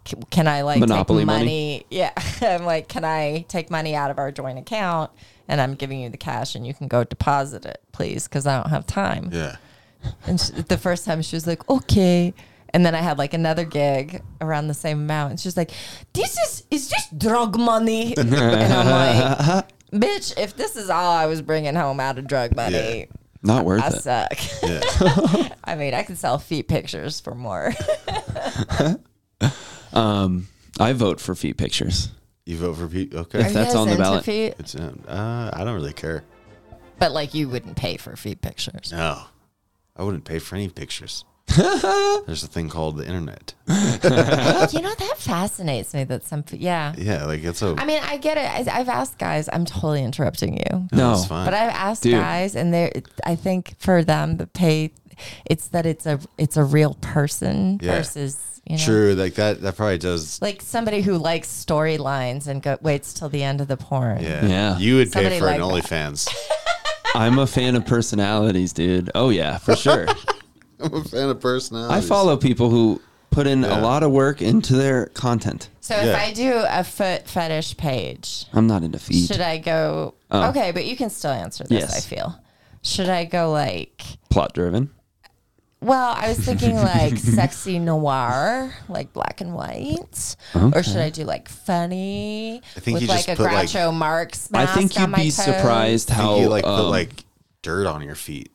c- can I like Monopoly take money? money? Yeah, I'm like, can I take money out of our joint account? And I'm giving you the cash, and you can go deposit it, please, because I don't have time. yeah. And she, the first time she was like, okay. And then I had like another gig around the same amount. And she's like, this is, is this drug money? and I'm like, bitch, if this is all I was bringing home out of drug money, Not worth I it. suck. Yeah. I mean, I can sell feet pictures for more. Um, I vote for feet pictures. You vote for people? If Okay. that's on the into ballot. Feet? It's um, uh, I don't really care. But like, you wouldn't pay for feet pictures. No, I wouldn't pay for any pictures. There's a thing called the internet. you know that fascinates me. That some, yeah. Yeah, like it's a. I mean, I get it. I, I've asked guys. I'm totally interrupting you. No. it's fine. But I've asked Dude. guys, and they I think for them the pay, it's that it's a it's a real person Yeah. versus you know. True, like that. That probably does. Like somebody who likes storylines and go, waits till the end of the porn. Yeah, Yeah. You would pay Somebody for an like OnlyFans. I'm a fan of personalities, dude. Oh yeah, for sure. I'm a fan of personality. I follow people who put in Yeah. a lot of work into their content. So Yeah. if I do a foot fetish page, I'm not into feet. should I go? Oh. Okay, but you can still answer this. Yes. I feel. Should I go like? Plot driven. Well, I was thinking like sexy noir, like black and white, or should I do like funny I think with you like just a put, like- Groucho Marx I mask think on you'd my be toes? surprised I think how you like put um, like dirt on your feet,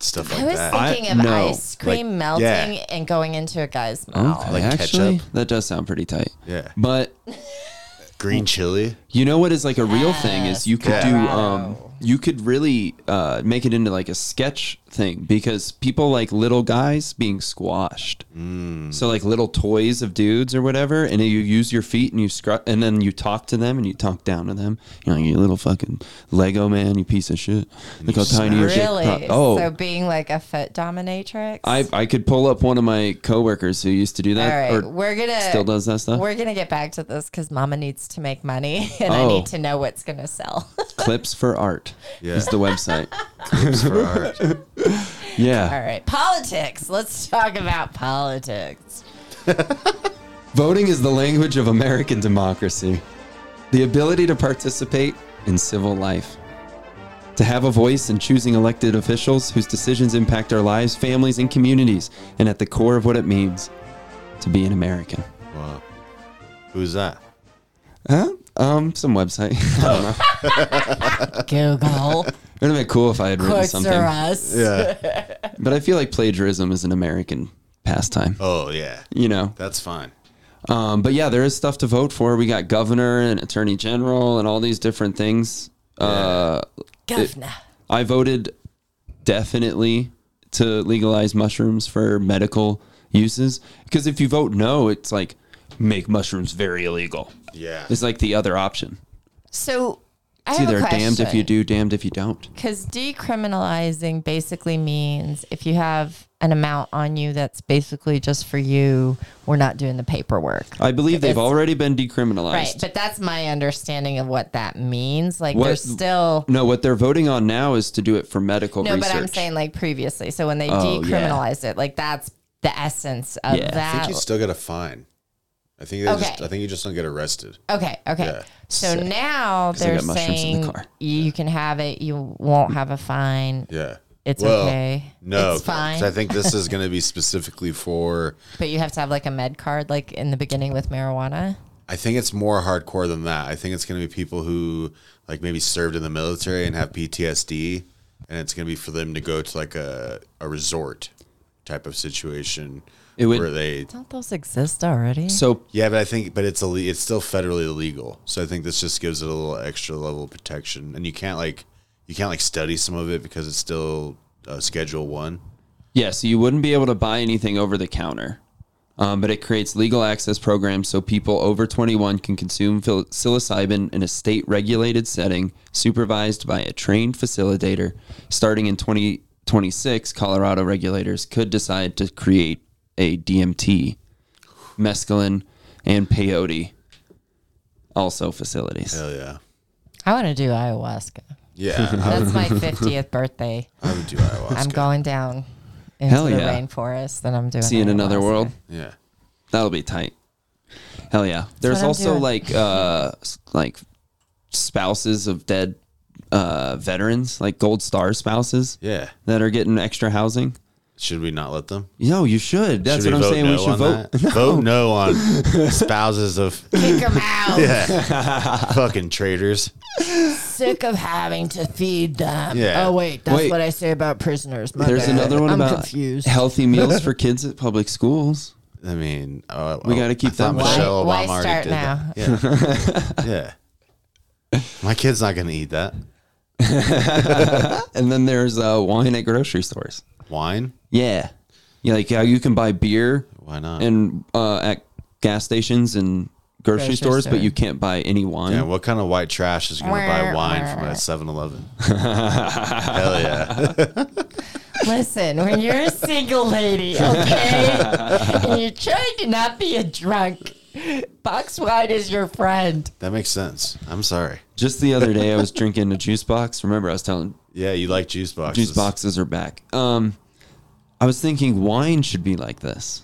stuff like I was that. thinking I- of no, ice cream melting yeah. and going into a guy's mouth. Okay, Like Oh, actually, ketchup? that does sound pretty tight. yeah, But green chili. you know what is like a real thing is you could do um Colorado. you could really uh make it into like a sketch thing because people like little guys being squashed. Mm. So like little toys of dudes or whatever, and you use your feet and you scrub, and then you talk to them and you talk down to them. You know, you little fucking Lego man, you piece of shit. Look how tiny your dick prop- Really? Oh, So being like a foot dominatrix? I I could pull up one of my coworkers who used to do All that. right, or we're gonna still does that stuff. We're gonna get back to this because Mama needs to make money, and I Oh. need to know what's gonna sell. Clips for art Yeah. is the website. It's for art. Yeah. All right, politics. Let's talk about politics. Voting is the language of American democracy. The ability to participate in civil life. To have a voice in choosing elected officials whose decisions impact our lives, families, and communities, and at the core of what it means to be an American. Wow. Who's that? Huh? Um, some website. I don't know. Google It would have been cool if I had written quotes something. are us. Yeah. But I feel like plagiarism is an American pastime. oh yeah, You know? that's fine. Um, but yeah, there is stuff to vote for. We got governor and attorney general and all these different things. Uh, Governor. I voted definitely to legalize mushrooms for medical uses because if you vote no, it's like make mushrooms very illegal. Yeah. It's like the other option. So I It's have a either question. damned if you do, damned if you don't. Because decriminalizing basically means if you have an amount on you that's basically just for you, we're not doing the paperwork. I believe they've It's- already been Right, decriminalized. but that's my understanding of what that means. Like What- there's still no, what they're voting on now is to do it for medical no, research. but I'm saying like previously. So when they Oh, yeah. decriminalized it, like that's the essence of Yeah, I I think that. you still get a fine. I think they just, Okay. I think you just don't get arrested. Okay, okay. Yeah. So Sick. now I they're got mushrooms in saying the car. you can have it, you won't have a fine. Yeah. It's okay. No, It's fine. 'cause I think this is going to be specifically for. But you have to have like a med card, like in the beginning with marijuana. I think it's more hardcore than that. I think it's going to be people who like maybe served in the military and have PTSD, and it's going to be for them to go to like a a resort type of situation It would- where they. Don't those exist already? so Yeah, but I think, but it's ille- it's still federally illegal, so I think this just gives it a little extra level of protection, and you can't like you can't like study some of it because it's still uh, Schedule One. Yeah, so you wouldn't be able to buy anything over the counter, um, but it creates legal access programs so people over 21 can consume phil- psilocybin in a state regulated setting supervised by a trained facilitator. Starting in 2026, Colorado regulators could decide to create a DMT, mescaline, and peyote also facilities. Hell yeah, I want to do ayahuasca. Oh. yeah. That's my 50th birthday. I would do ayahuasca. I'm going down into Hell the yeah. rainforest and I'm doing See you in another ayahuasca. world. Yeah. That'll be tight. Hell yeah. There's what I'm also doing. like uh s- like spouses of dead uh veterans, like gold star spouses Yeah. that are getting extra housing. Should we not let them? No, you should. That's should what I'm vote saying. No we should on vote. That? Vote no on spouses of Kick them out. fucking traitors. Sick of having to feed them. Yeah. Oh wait, that's Wait. what I say about prisoners. My There's bad. another one I'm about confused. healthy meals for kids at public schools. I mean, uh, We uh, gotta keep I thought that- Why- Michelle why Obama already start did that. Yeah. yeah. My kid's not going to eat that. And then there's uh, wine at grocery stores. Wine? Yeah. Yeah, like how you can buy beer Why not? and uh, at gas stations and grocery, Grocery stores, store. but you can't buy any wine. yeah, what kind of white trash is going to buy wine from a 7 Eleven? Hell yeah. Listen, when you're a single lady, okay, and you're trying to not be a drunk, box wine is your friend. That makes sense. I'm sorry. Just the other day, I was drinking a juice box. Remember, I was telling Yeah, you like juice boxes. juice boxes are back. Um, I was thinking wine should be like this.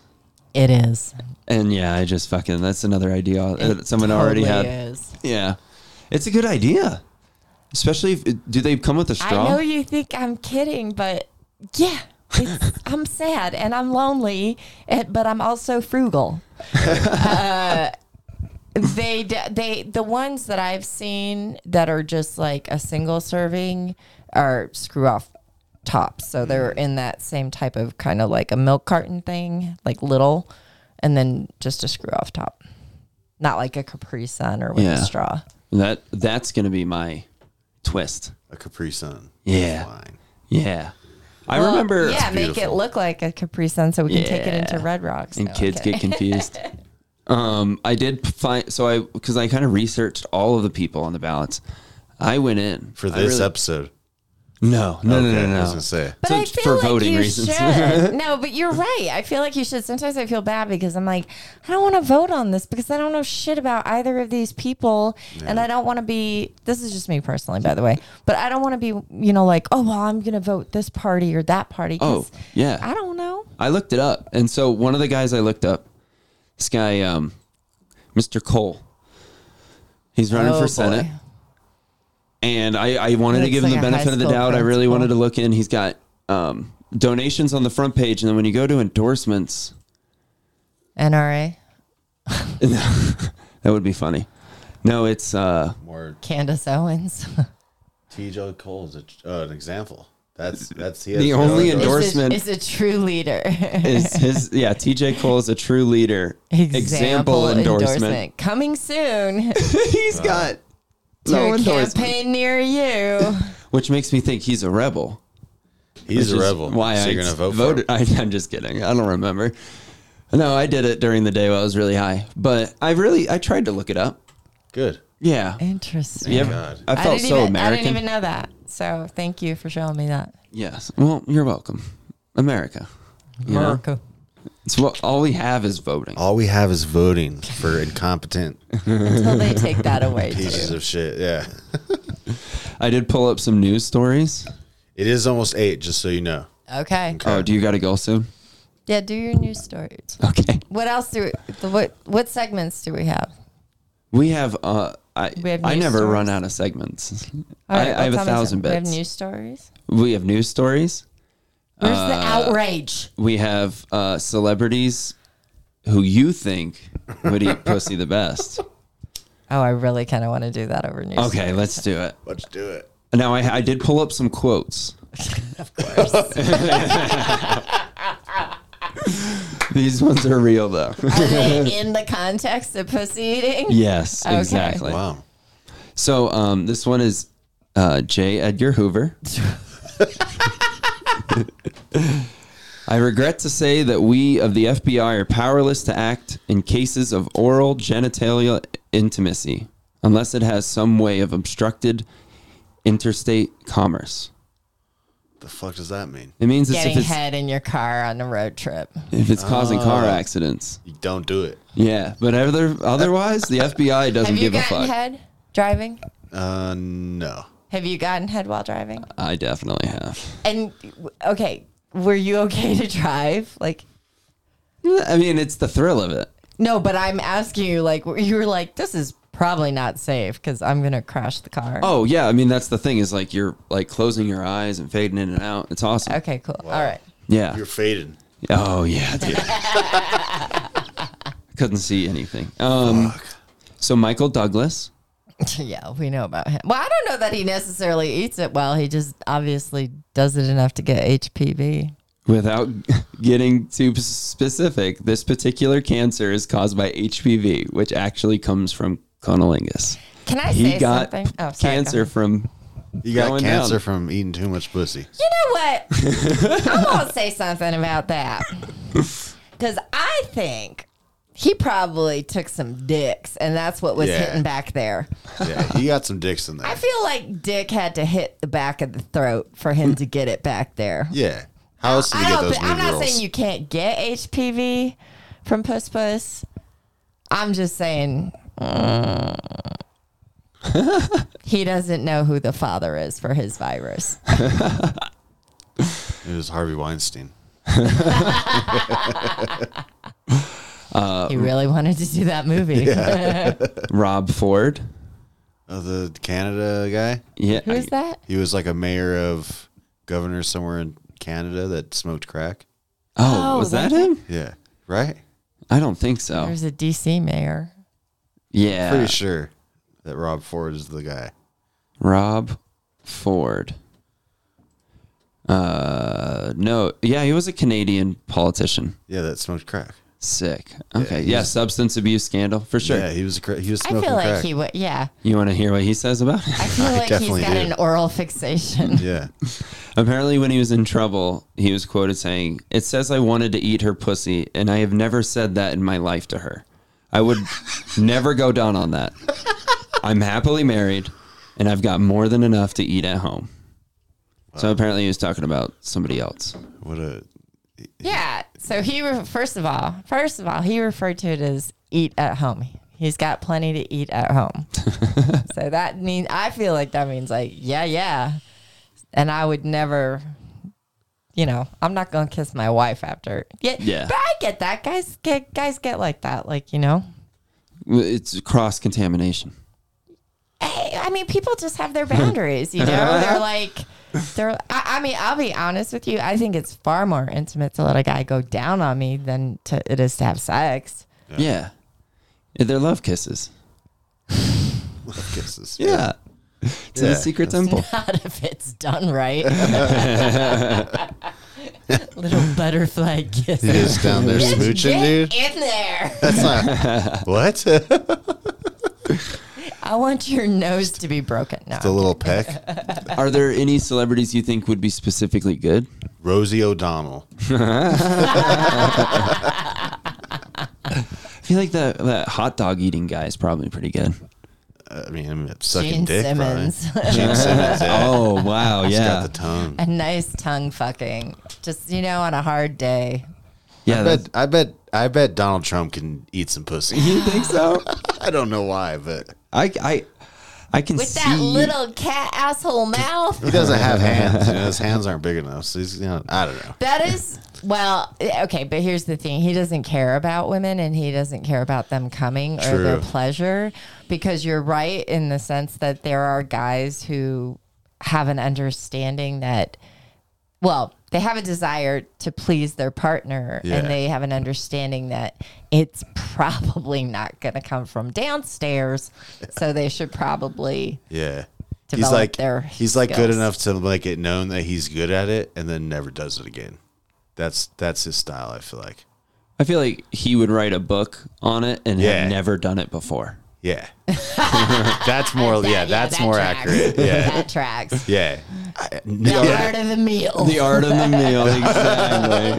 It is. And yeah, I just fucking, that's another idea uh, that someone already had. Is. Yeah. It's a good idea. Especially if, do they come with a I straw? know you think I'm kidding, but yeah, it's, I'm sad and I'm lonely, and, but I'm also frugal. uh, they d- they the ones that I've seen that are just like a single serving are screw off tops, so they're Mm. in that same type of kind of like a milk carton thing, like little, and then just a screw off top, not like a Capri Sun or with Yeah. a straw. that that's going to be my twist. a Capri Sun. Yeah. Wine. Yeah. I Well, remember Yeah, It's make it beautiful. look like a Capri Sun so we can take it into Yeah. Red Rocks. and No, kids okay. get confused. um, I did find so I because I kind of researched all of the people on the ballots. I went in For I this really- episode. No, no, Okay, no, I was no, no. going to say. But So I it's feel for like voting you reasons. should. no, but you're right. I feel like you should. Sometimes I feel bad because I'm like, I don't want to vote on this because I don't know shit about either of these people, and I don't want to be. This is just me personally, by the way. But I don't want to be, you know, like, oh well, I'm gonna vote this party or that party. 'cause Oh, yeah. I don't know. I looked it up, and so one of the guys I looked up, this guy, um, Mr. Cole, he's running Oh, boy. for senate, and I, I wanted to Looks give him like the a high benefit of the school doubt. I really principal. wanted to look in. He's got um, donations on the front page, and then when you go to endorsements, NRA, that would be funny. No, it's uh, More Candace Owens. TJ Cole is a, uh, an example. That's, that's he has The no only endorsement. endorse- Endorsement. is a, is a true leader. is his yeah tj cole is a true leader coming soon he's got no to a endorsement campaign near you. which makes me think he's a rebel He's a which is rebel. why so i you're going to vote for voted him. I, i'm just kidding i don't remember no i did it during the day while i was really high but i really i tried to look it up Good. yeah Interesting. Yeah, God. i felt didn't so even, american Eh. I didn't even know that. So thank you for showing me that. yes well you're welcome america you know? Cool. it's what all we have is voting All we have is voting for incompetent Until they take that away. pieces Too. of shit. Yeah. i did pull up some news stories It is almost eight, just so you know. Okay. oh do you gotta go soon Yeah. Do your news stories. okay What else do we? the- What What segments do we have? We have uh, I We have I news never stories? run out of segments. All right, I, well, I have a tell me thousand something. We have bits. news stories. We have news stories. Where's the Uh, outrage? We have uh, celebrities who you think would eat pussy the best. Oh, I really kind of want to do that over news. Okay, let's do it. Let's do it. Now I, I did pull up some quotes. These ones are real though. Are they in the context of pussy eating? yes, Okay. exactly. Wow. So um, this one is uh, J. Edgar Hoover. I regret to say that we of the FBI are powerless to act in cases of oral genitalia intimacy unless it has some way of obstructed interstate commerce. The fuck does that mean? It means it's if Getting it's, head in your car on a road trip. if it's causing car accidents. You don't do it. Yeah, but other, otherwise, the FBI doesn't Have you give a gotten fuck. head driving? Uh, no. Have you gotten head while driving? I definitely have. And okay, were you okay to drive? Like, I mean, it's the thrill of it. no, but I'm asking you, like, you were like, this is probably not safe because I'm going to crash the car. Oh yeah, I mean that's the thing is like you're like closing your eyes and fading in and out. It's awesome. Okay, cool. All right. Yeah. You're faded. Oh yeah. dude. Couldn't see anything. Um, so Michael Douglas. yeah, we know about him. Well, I don't know that he necessarily eats it well. He just obviously does it enough to get HPV. Without getting too p- specific, this particular cancer is caused by HPV, which actually comes from conolingus. Can I He say got something? Oh, sorry, p- go cancer ahead. from You got Going cancer down. from eating too much pussy. You know what? I'm going to say something about that. Because I think he probably took some dicks, and that's what was Yeah. hitting back there. Yeah, you got some dicks in there. I feel like Dick had to hit the back of the throat for him to get it back there. yeah. How else did you I get don't. those thi- new I'm not girls? saying you can't get HPV from puss puss. I'm just saying uh, he doesn't know who the father is for his virus. It was Harvey Weinstein. Uh, he really wanted to do that movie. Rob Ford. Oh, the Canada guy. Yeah. Who is that? He was like a mayor of governor somewhere in Canada that smoked crack. Oh, Oh, was that that- him? Yeah. Right? I don't think so. There's a DC mayor. Yeah. Pretty sure that Rob Ford is the guy. Rob Ford. Uh no, yeah, he was a Canadian politician. Yeah, that smoked crack. Sick. Okay, yeah, substance abuse scandal for sure. Yeah, he was a cra- he was I smoking feel like crack. he would. Yeah, You want to hear what he says about it? I feel like he's definitely got do. an oral fixation. yeah. Apparently, when he was in trouble, he was quoted saying, "It says I wanted to eat her pussy, and I have never said that in my life to her. I would never go down on that. I'm happily married, and I've got more than enough to eat at home." So apparently, he was talking about somebody else. What a Yeah. So he re- first of all, first of all, he referred to it as eat at home. He's got plenty to eat at home. so that means I feel like that means like yeah, yeah. And I would never you know, I'm not going to kiss my wife after. Yeah. Yeah. But I get that. Guys get guys get like that like, you know. It's cross contamination. Hey, I mean, people just have their boundaries, you know? they're like, they're, I, I mean, I'll be honest with you. I think it's far more intimate to let a guy go down on me than to, it is to have sex. Yeah. they're love kisses. kisses. Yeah, to Yeah. the secret temple. Not if it's done right. Little butterfly kiss. He is down there Bitch, smooching, get dude. in there. That's not what? the I want your nose to be broken now. little peck. Are there any celebrities you think would be specifically good? Rosie O'Donnell. I feel like that that hot dog eating guy is probably pretty good. I mean, I'm sucking Gene dick. Simmons. Probably. Gene Simmons. Yeah. Oh wow, He's yeah, got the tongue. A nice tongue fucking. Just, you know, on a hard day. yeah. I that- bet, I bet, I bet Donald Trump can eat some pussy. you think so? I don't know why, but I I I can With see that little cat asshole mouth. he doesn't have hands. You know, his hands aren't big enough. So he's, you know, I don't know. That is well, eh, okay, but here's the thing. He doesn't care about women and he doesn't care about them coming or their True. pleasure because you're right in the sense that there are guys who have an understanding that well, they have a desire to please their partner Yeah. and they have an understanding that it's probably not going to come from downstairs, so they should probably Yeah. He's Develop like, their he's like good skills. enough to make it known that he's good at it, and then never does it again. That's that's his style. I feel like. I feel like he would write a book on it and Yeah. have never done it before. Yeah. that's more. yeah, that's that more tracks. accurate. Yeah. that tracks. yeah. I, The no, art of the meal. The art of the meal, exactly.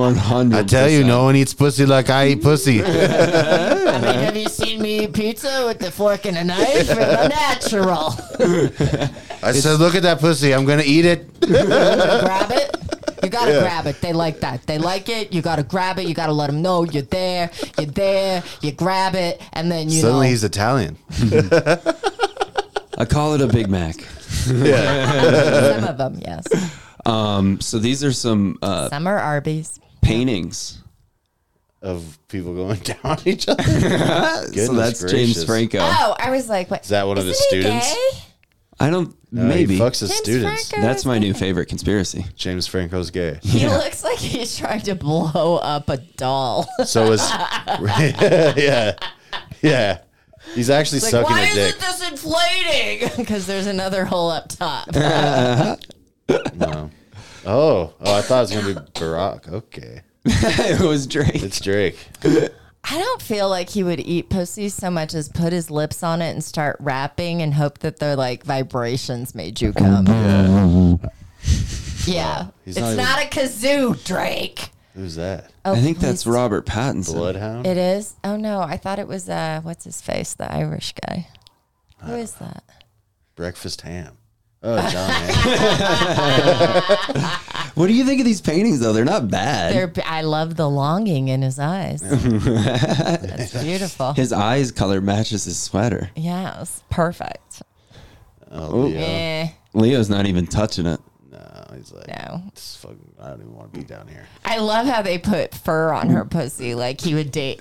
One hundred. I tell you, no one eats pussy like I eat pussy. I mean, have you seen me eat pizza with the fork and a knife? It's natural. I said, look at that pussy. I'm gonna eat it. grab it. You gotta grab it. They like that. They like it. You gotta grab it. You gotta let them know you're there. You're there. You grab it, and then you Suddenly know. he's Italian. I call it a Big Mac. some of them, yes. Um, so these are some uh, Some are Arby's. paintings. Of people going down on each other. Goodness so that's gracious. James Franco. Oh, I was like, what? Is that one of his isn't he students? gay? I don't. No, Uh, he maybe fucks his James students. Franco. that's my new favorite conspiracy. James Franco's gay. He looks like he's trying to blow up a doll. So is yeah, yeah. He's actually Like, sucking why a dick. isn't this inflating? Because there's another hole up top. No. Oh, oh! I thought it was gonna be Barack. Okay, it was Drake. it's Drake. I don't feel like he would eat pussy so much as put his lips on it and start rapping and hope that their like vibrations made you come. Yeah. He's not it's not, even- a kazoo, Drake. Who's that? Oh, I think please. that's Robert Pattinson. Bloodhound. It is? Oh no, I thought it was uh what's his face? The Irish guy. Uh, Who is that? Breakfast ham. Oh, John. Ham. What do you think of these paintings though? They're not bad. There I love the longing in his eyes. That's beautiful. his eyes color matches his sweater. Yeah, it's perfect. Oh, Leo. Eh, Leo's not even touching it. No, he's like, no. this fucking. I don't even want to be down here. I love how they put fur on her pussy. Like he would date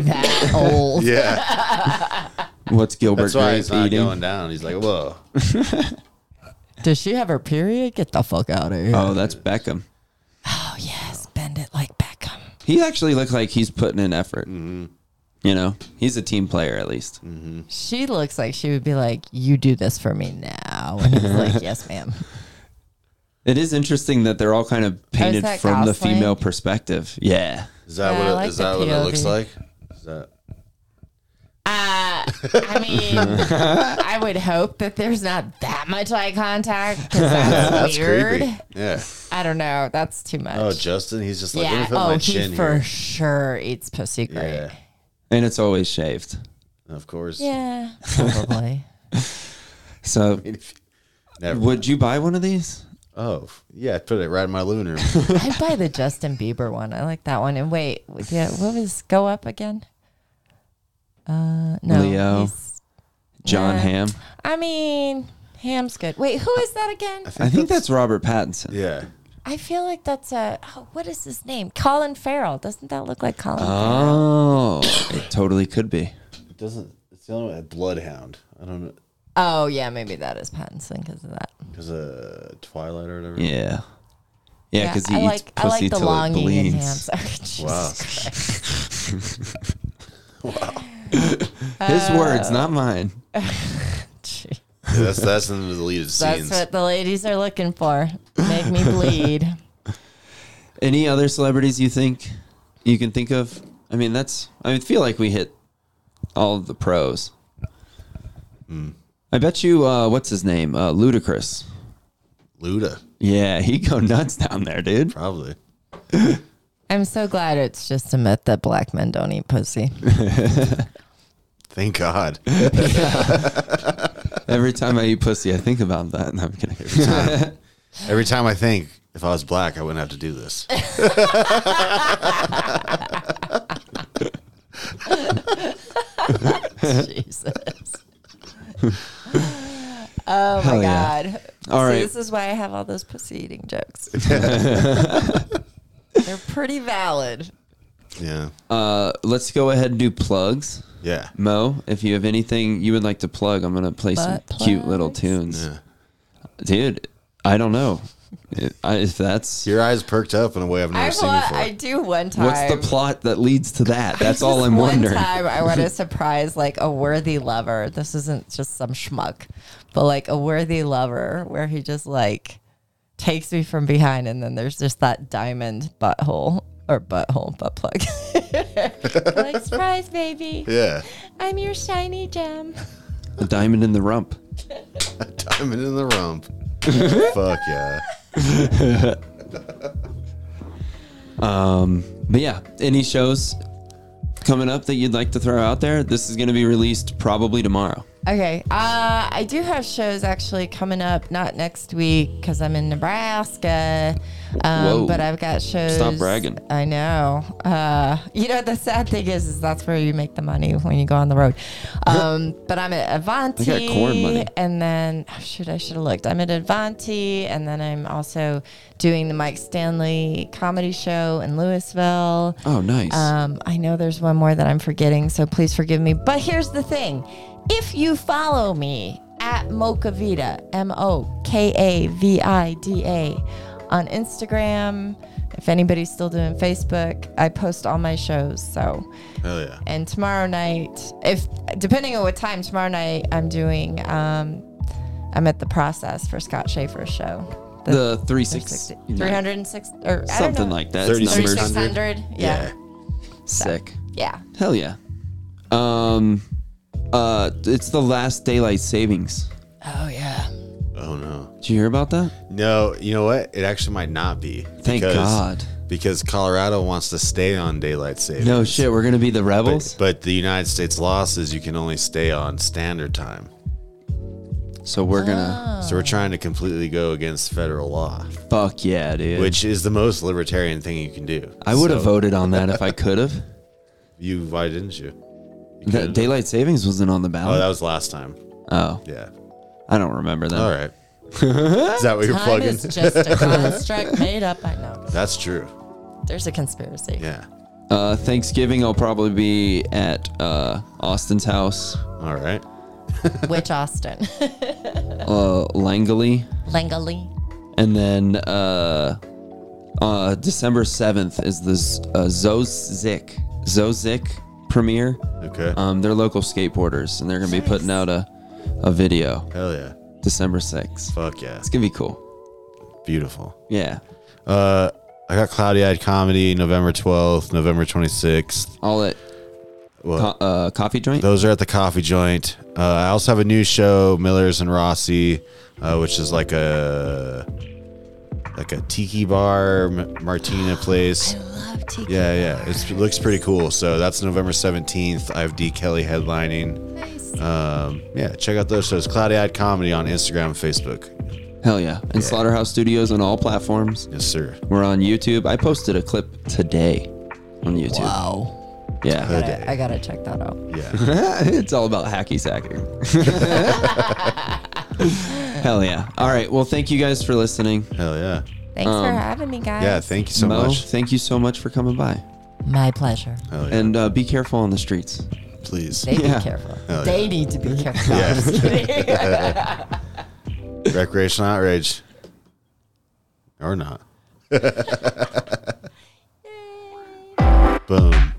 that old. Yeah, What's Gilbert that's why Grape he's not eating? going down. He's like, whoa. Does she have her period? Get the fuck out of here. Oh, that's Beckham. Oh, yes. Bend it like Beckham. He actually looks like he's putting in effort. Mm-hmm. You know, he's a team player at least. Mm. She looks like she would be like, You do this for me now. And he's like, Yes, ma'am. It is interesting that they're all kind of painted that from the Gosling? female perspective. Yeah. Is that Yeah, what? I It, like is the that what it looks POV. like? Is that? Uh, I mean, I would hope that there's not that much eye contact 'cause that's, That's weird. creepy. Yeah. I don't know. That's too much. Oh, Justin, he's just like, let yeah. me put Oh, my he chin for here. sure eats pussy great. Yeah, And it's always shaved. of course. Yeah, probably. So, Never. would you buy one of these? oh, yeah. Put it right in my living room. I'd buy the Justin Bieber one. I like that one. And wait, yeah, what was go up again? Uh, no, Leo. he's- John Yeah. Hamm? I mean, Ham's good. Wait, who is that again? I think that's Robert Pattinson. yeah. I feel like that's a oh, what is his name? Colin Farrell. Doesn't that look like Colin? Uh, Oh, it totally could be. It doesn't. It's the only one. Bloodhound. I don't know. oh yeah, maybe that is Pattinson because of that. Because uh, Twilight or whatever. Yeah. Yeah, because he I eats like I pussy like the till it longing in Ham. bleeds. Sorry, Jesus Wow. Christ. His Oh. words, not mine. Gee. Yeah, that's that's in the deleted That's scenes. what the ladies are looking for. Make me bleed. Any other celebrities you think you can think of? I mean, that's. I feel like we hit all of the pros. Hmm. I bet you. Uh, what's his name? Uh, Ludacris. Luda, Yeah, he go nuts down there, dude. probably. I'm so glad it's just a myth that black men don't eat pussy. Thank God. Every time I eat pussy, I think about that. No, I'm kidding. Every time I think if I was black, I wouldn't have to do this. Jesus. Oh my Hell yeah. God. All See, right. This is why I have all those pussy eating jokes. They're pretty valid. Yeah. Uh, let's go ahead and do plugs. Yeah. Mo, if you have anything you would like to plug, I'm gonna play some Butt cute little plugs? tunes, Yeah. dude. I don't know It- I, if that's Your eyes perked up in a way I've never I, seen wa- before. I do one time. what's the plot that leads to that. That's all Just I'm one wondering. time I want to surprise like a worthy lover. This isn't just some schmuck, but like a worthy lover where he just like takes me from behind and then there's just that diamond butthole or butthole butt plug. like surprise baby. yeah. I'm your shiny gem. A diamond in the rump. Diamond in the rump. Fuck yeah. But yeah, any shows coming up that you'd like to throw out there? This is going to be released probably tomorrow. Okay. Uh, I do have shows actually coming up, not next week because I'm in Nebraska. Whoa. Um, but I've got shows. Stop bragging. I know. Uh, you know, the sad thing is, is that's where you make the money when you go on the road. Um, but I'm at Avanti. I got corn money. And then, oh, shoot, I should have looked. I'm at Avanti. And then I'm also doing the Mike Stanley comedy show in Louisville. Oh, nice. Um, I know there's one more that I'm forgetting, so please forgive me. But here's the thing if you follow me at Mocha Vida, M O K A V I D A, on Instagram. If anybody's still doing Facebook, I post all my shows. So, Hell yeah. and tomorrow night, if depending on what time tomorrow night I'm doing, um, I'm at the process for Scott Schaefer's show. The three 360 306 or I don't something know, like that. 36. Numbers 3600. Yeah. sick. Yeah. Hell yeah. Um, uh, it's the last daylight savings. Oh, yeah. Oh no. Did you hear about that? No, you know what? It actually might not be. Thank God. Because Colorado wants to stay on daylight savings. No shit, we're gonna be the But, rebels. but the United States law says you can only stay on standard time. so we're gonna Oh. So we're trying to completely go against federal law, fuck yeah, dude. which is the most libertarian thing you can do. I would have So voted on that if I could have. You why didn't you? You That could've. daylight savings wasn't on the Oh, that ballot. was last time. Oh, Yeah. I don't remember that. All right. is that what you're Time plugging? is just a construct made up. I know. That's true. There's a conspiracy. Yeah. Uh, Thanksgiving, I'll probably be at uh, Austin's house, All right. Which Austin? uh, Langley, Langley. and then uh, uh, December seventh is the Z- uh, Zozic Zozic premiere. Okay. Um, they're local skateboarders, and they're gonna be putting out a a video Hell yeah. December sixth. Fuck yeah. It's gonna be cool. Beautiful. Yeah, Uh, I got Cloudy Eyed Comedy November 12th, November 26th. all at Well, co- uh, coffee joint. those are at the coffee joint. Uh, I also have a new show, Miller's and Rossi, uh, which is like a like a tiki bar m- martina place. I love tiki. Yeah, yeah. It's, it looks pretty cool. So that's November 17th. I have D. Kelly headlining. Nice. Um, yeah, check out those shows. Cloudy Eyed Comedy on Instagram and Facebook. Hell yeah! And Slaughterhouse Studios on all platforms. Yes, sir. We're on YouTube. I posted a clip today on YouTube. Wow. Yeah, I, I gotta check that out. Yeah. it's all about hacky sacker. Hell yeah! All right. Well, thank you guys for listening. Hell yeah. Thanks for having me, guys. Um, Yeah, thank you so Mo, much. thank you so much for coming by. My pleasure. Hell yeah. And uh, be careful on the streets. Please. They Yeah. be careful. they need to be careful. Yeah. I'm just kidding. Recreational outrage. Or not. Boom.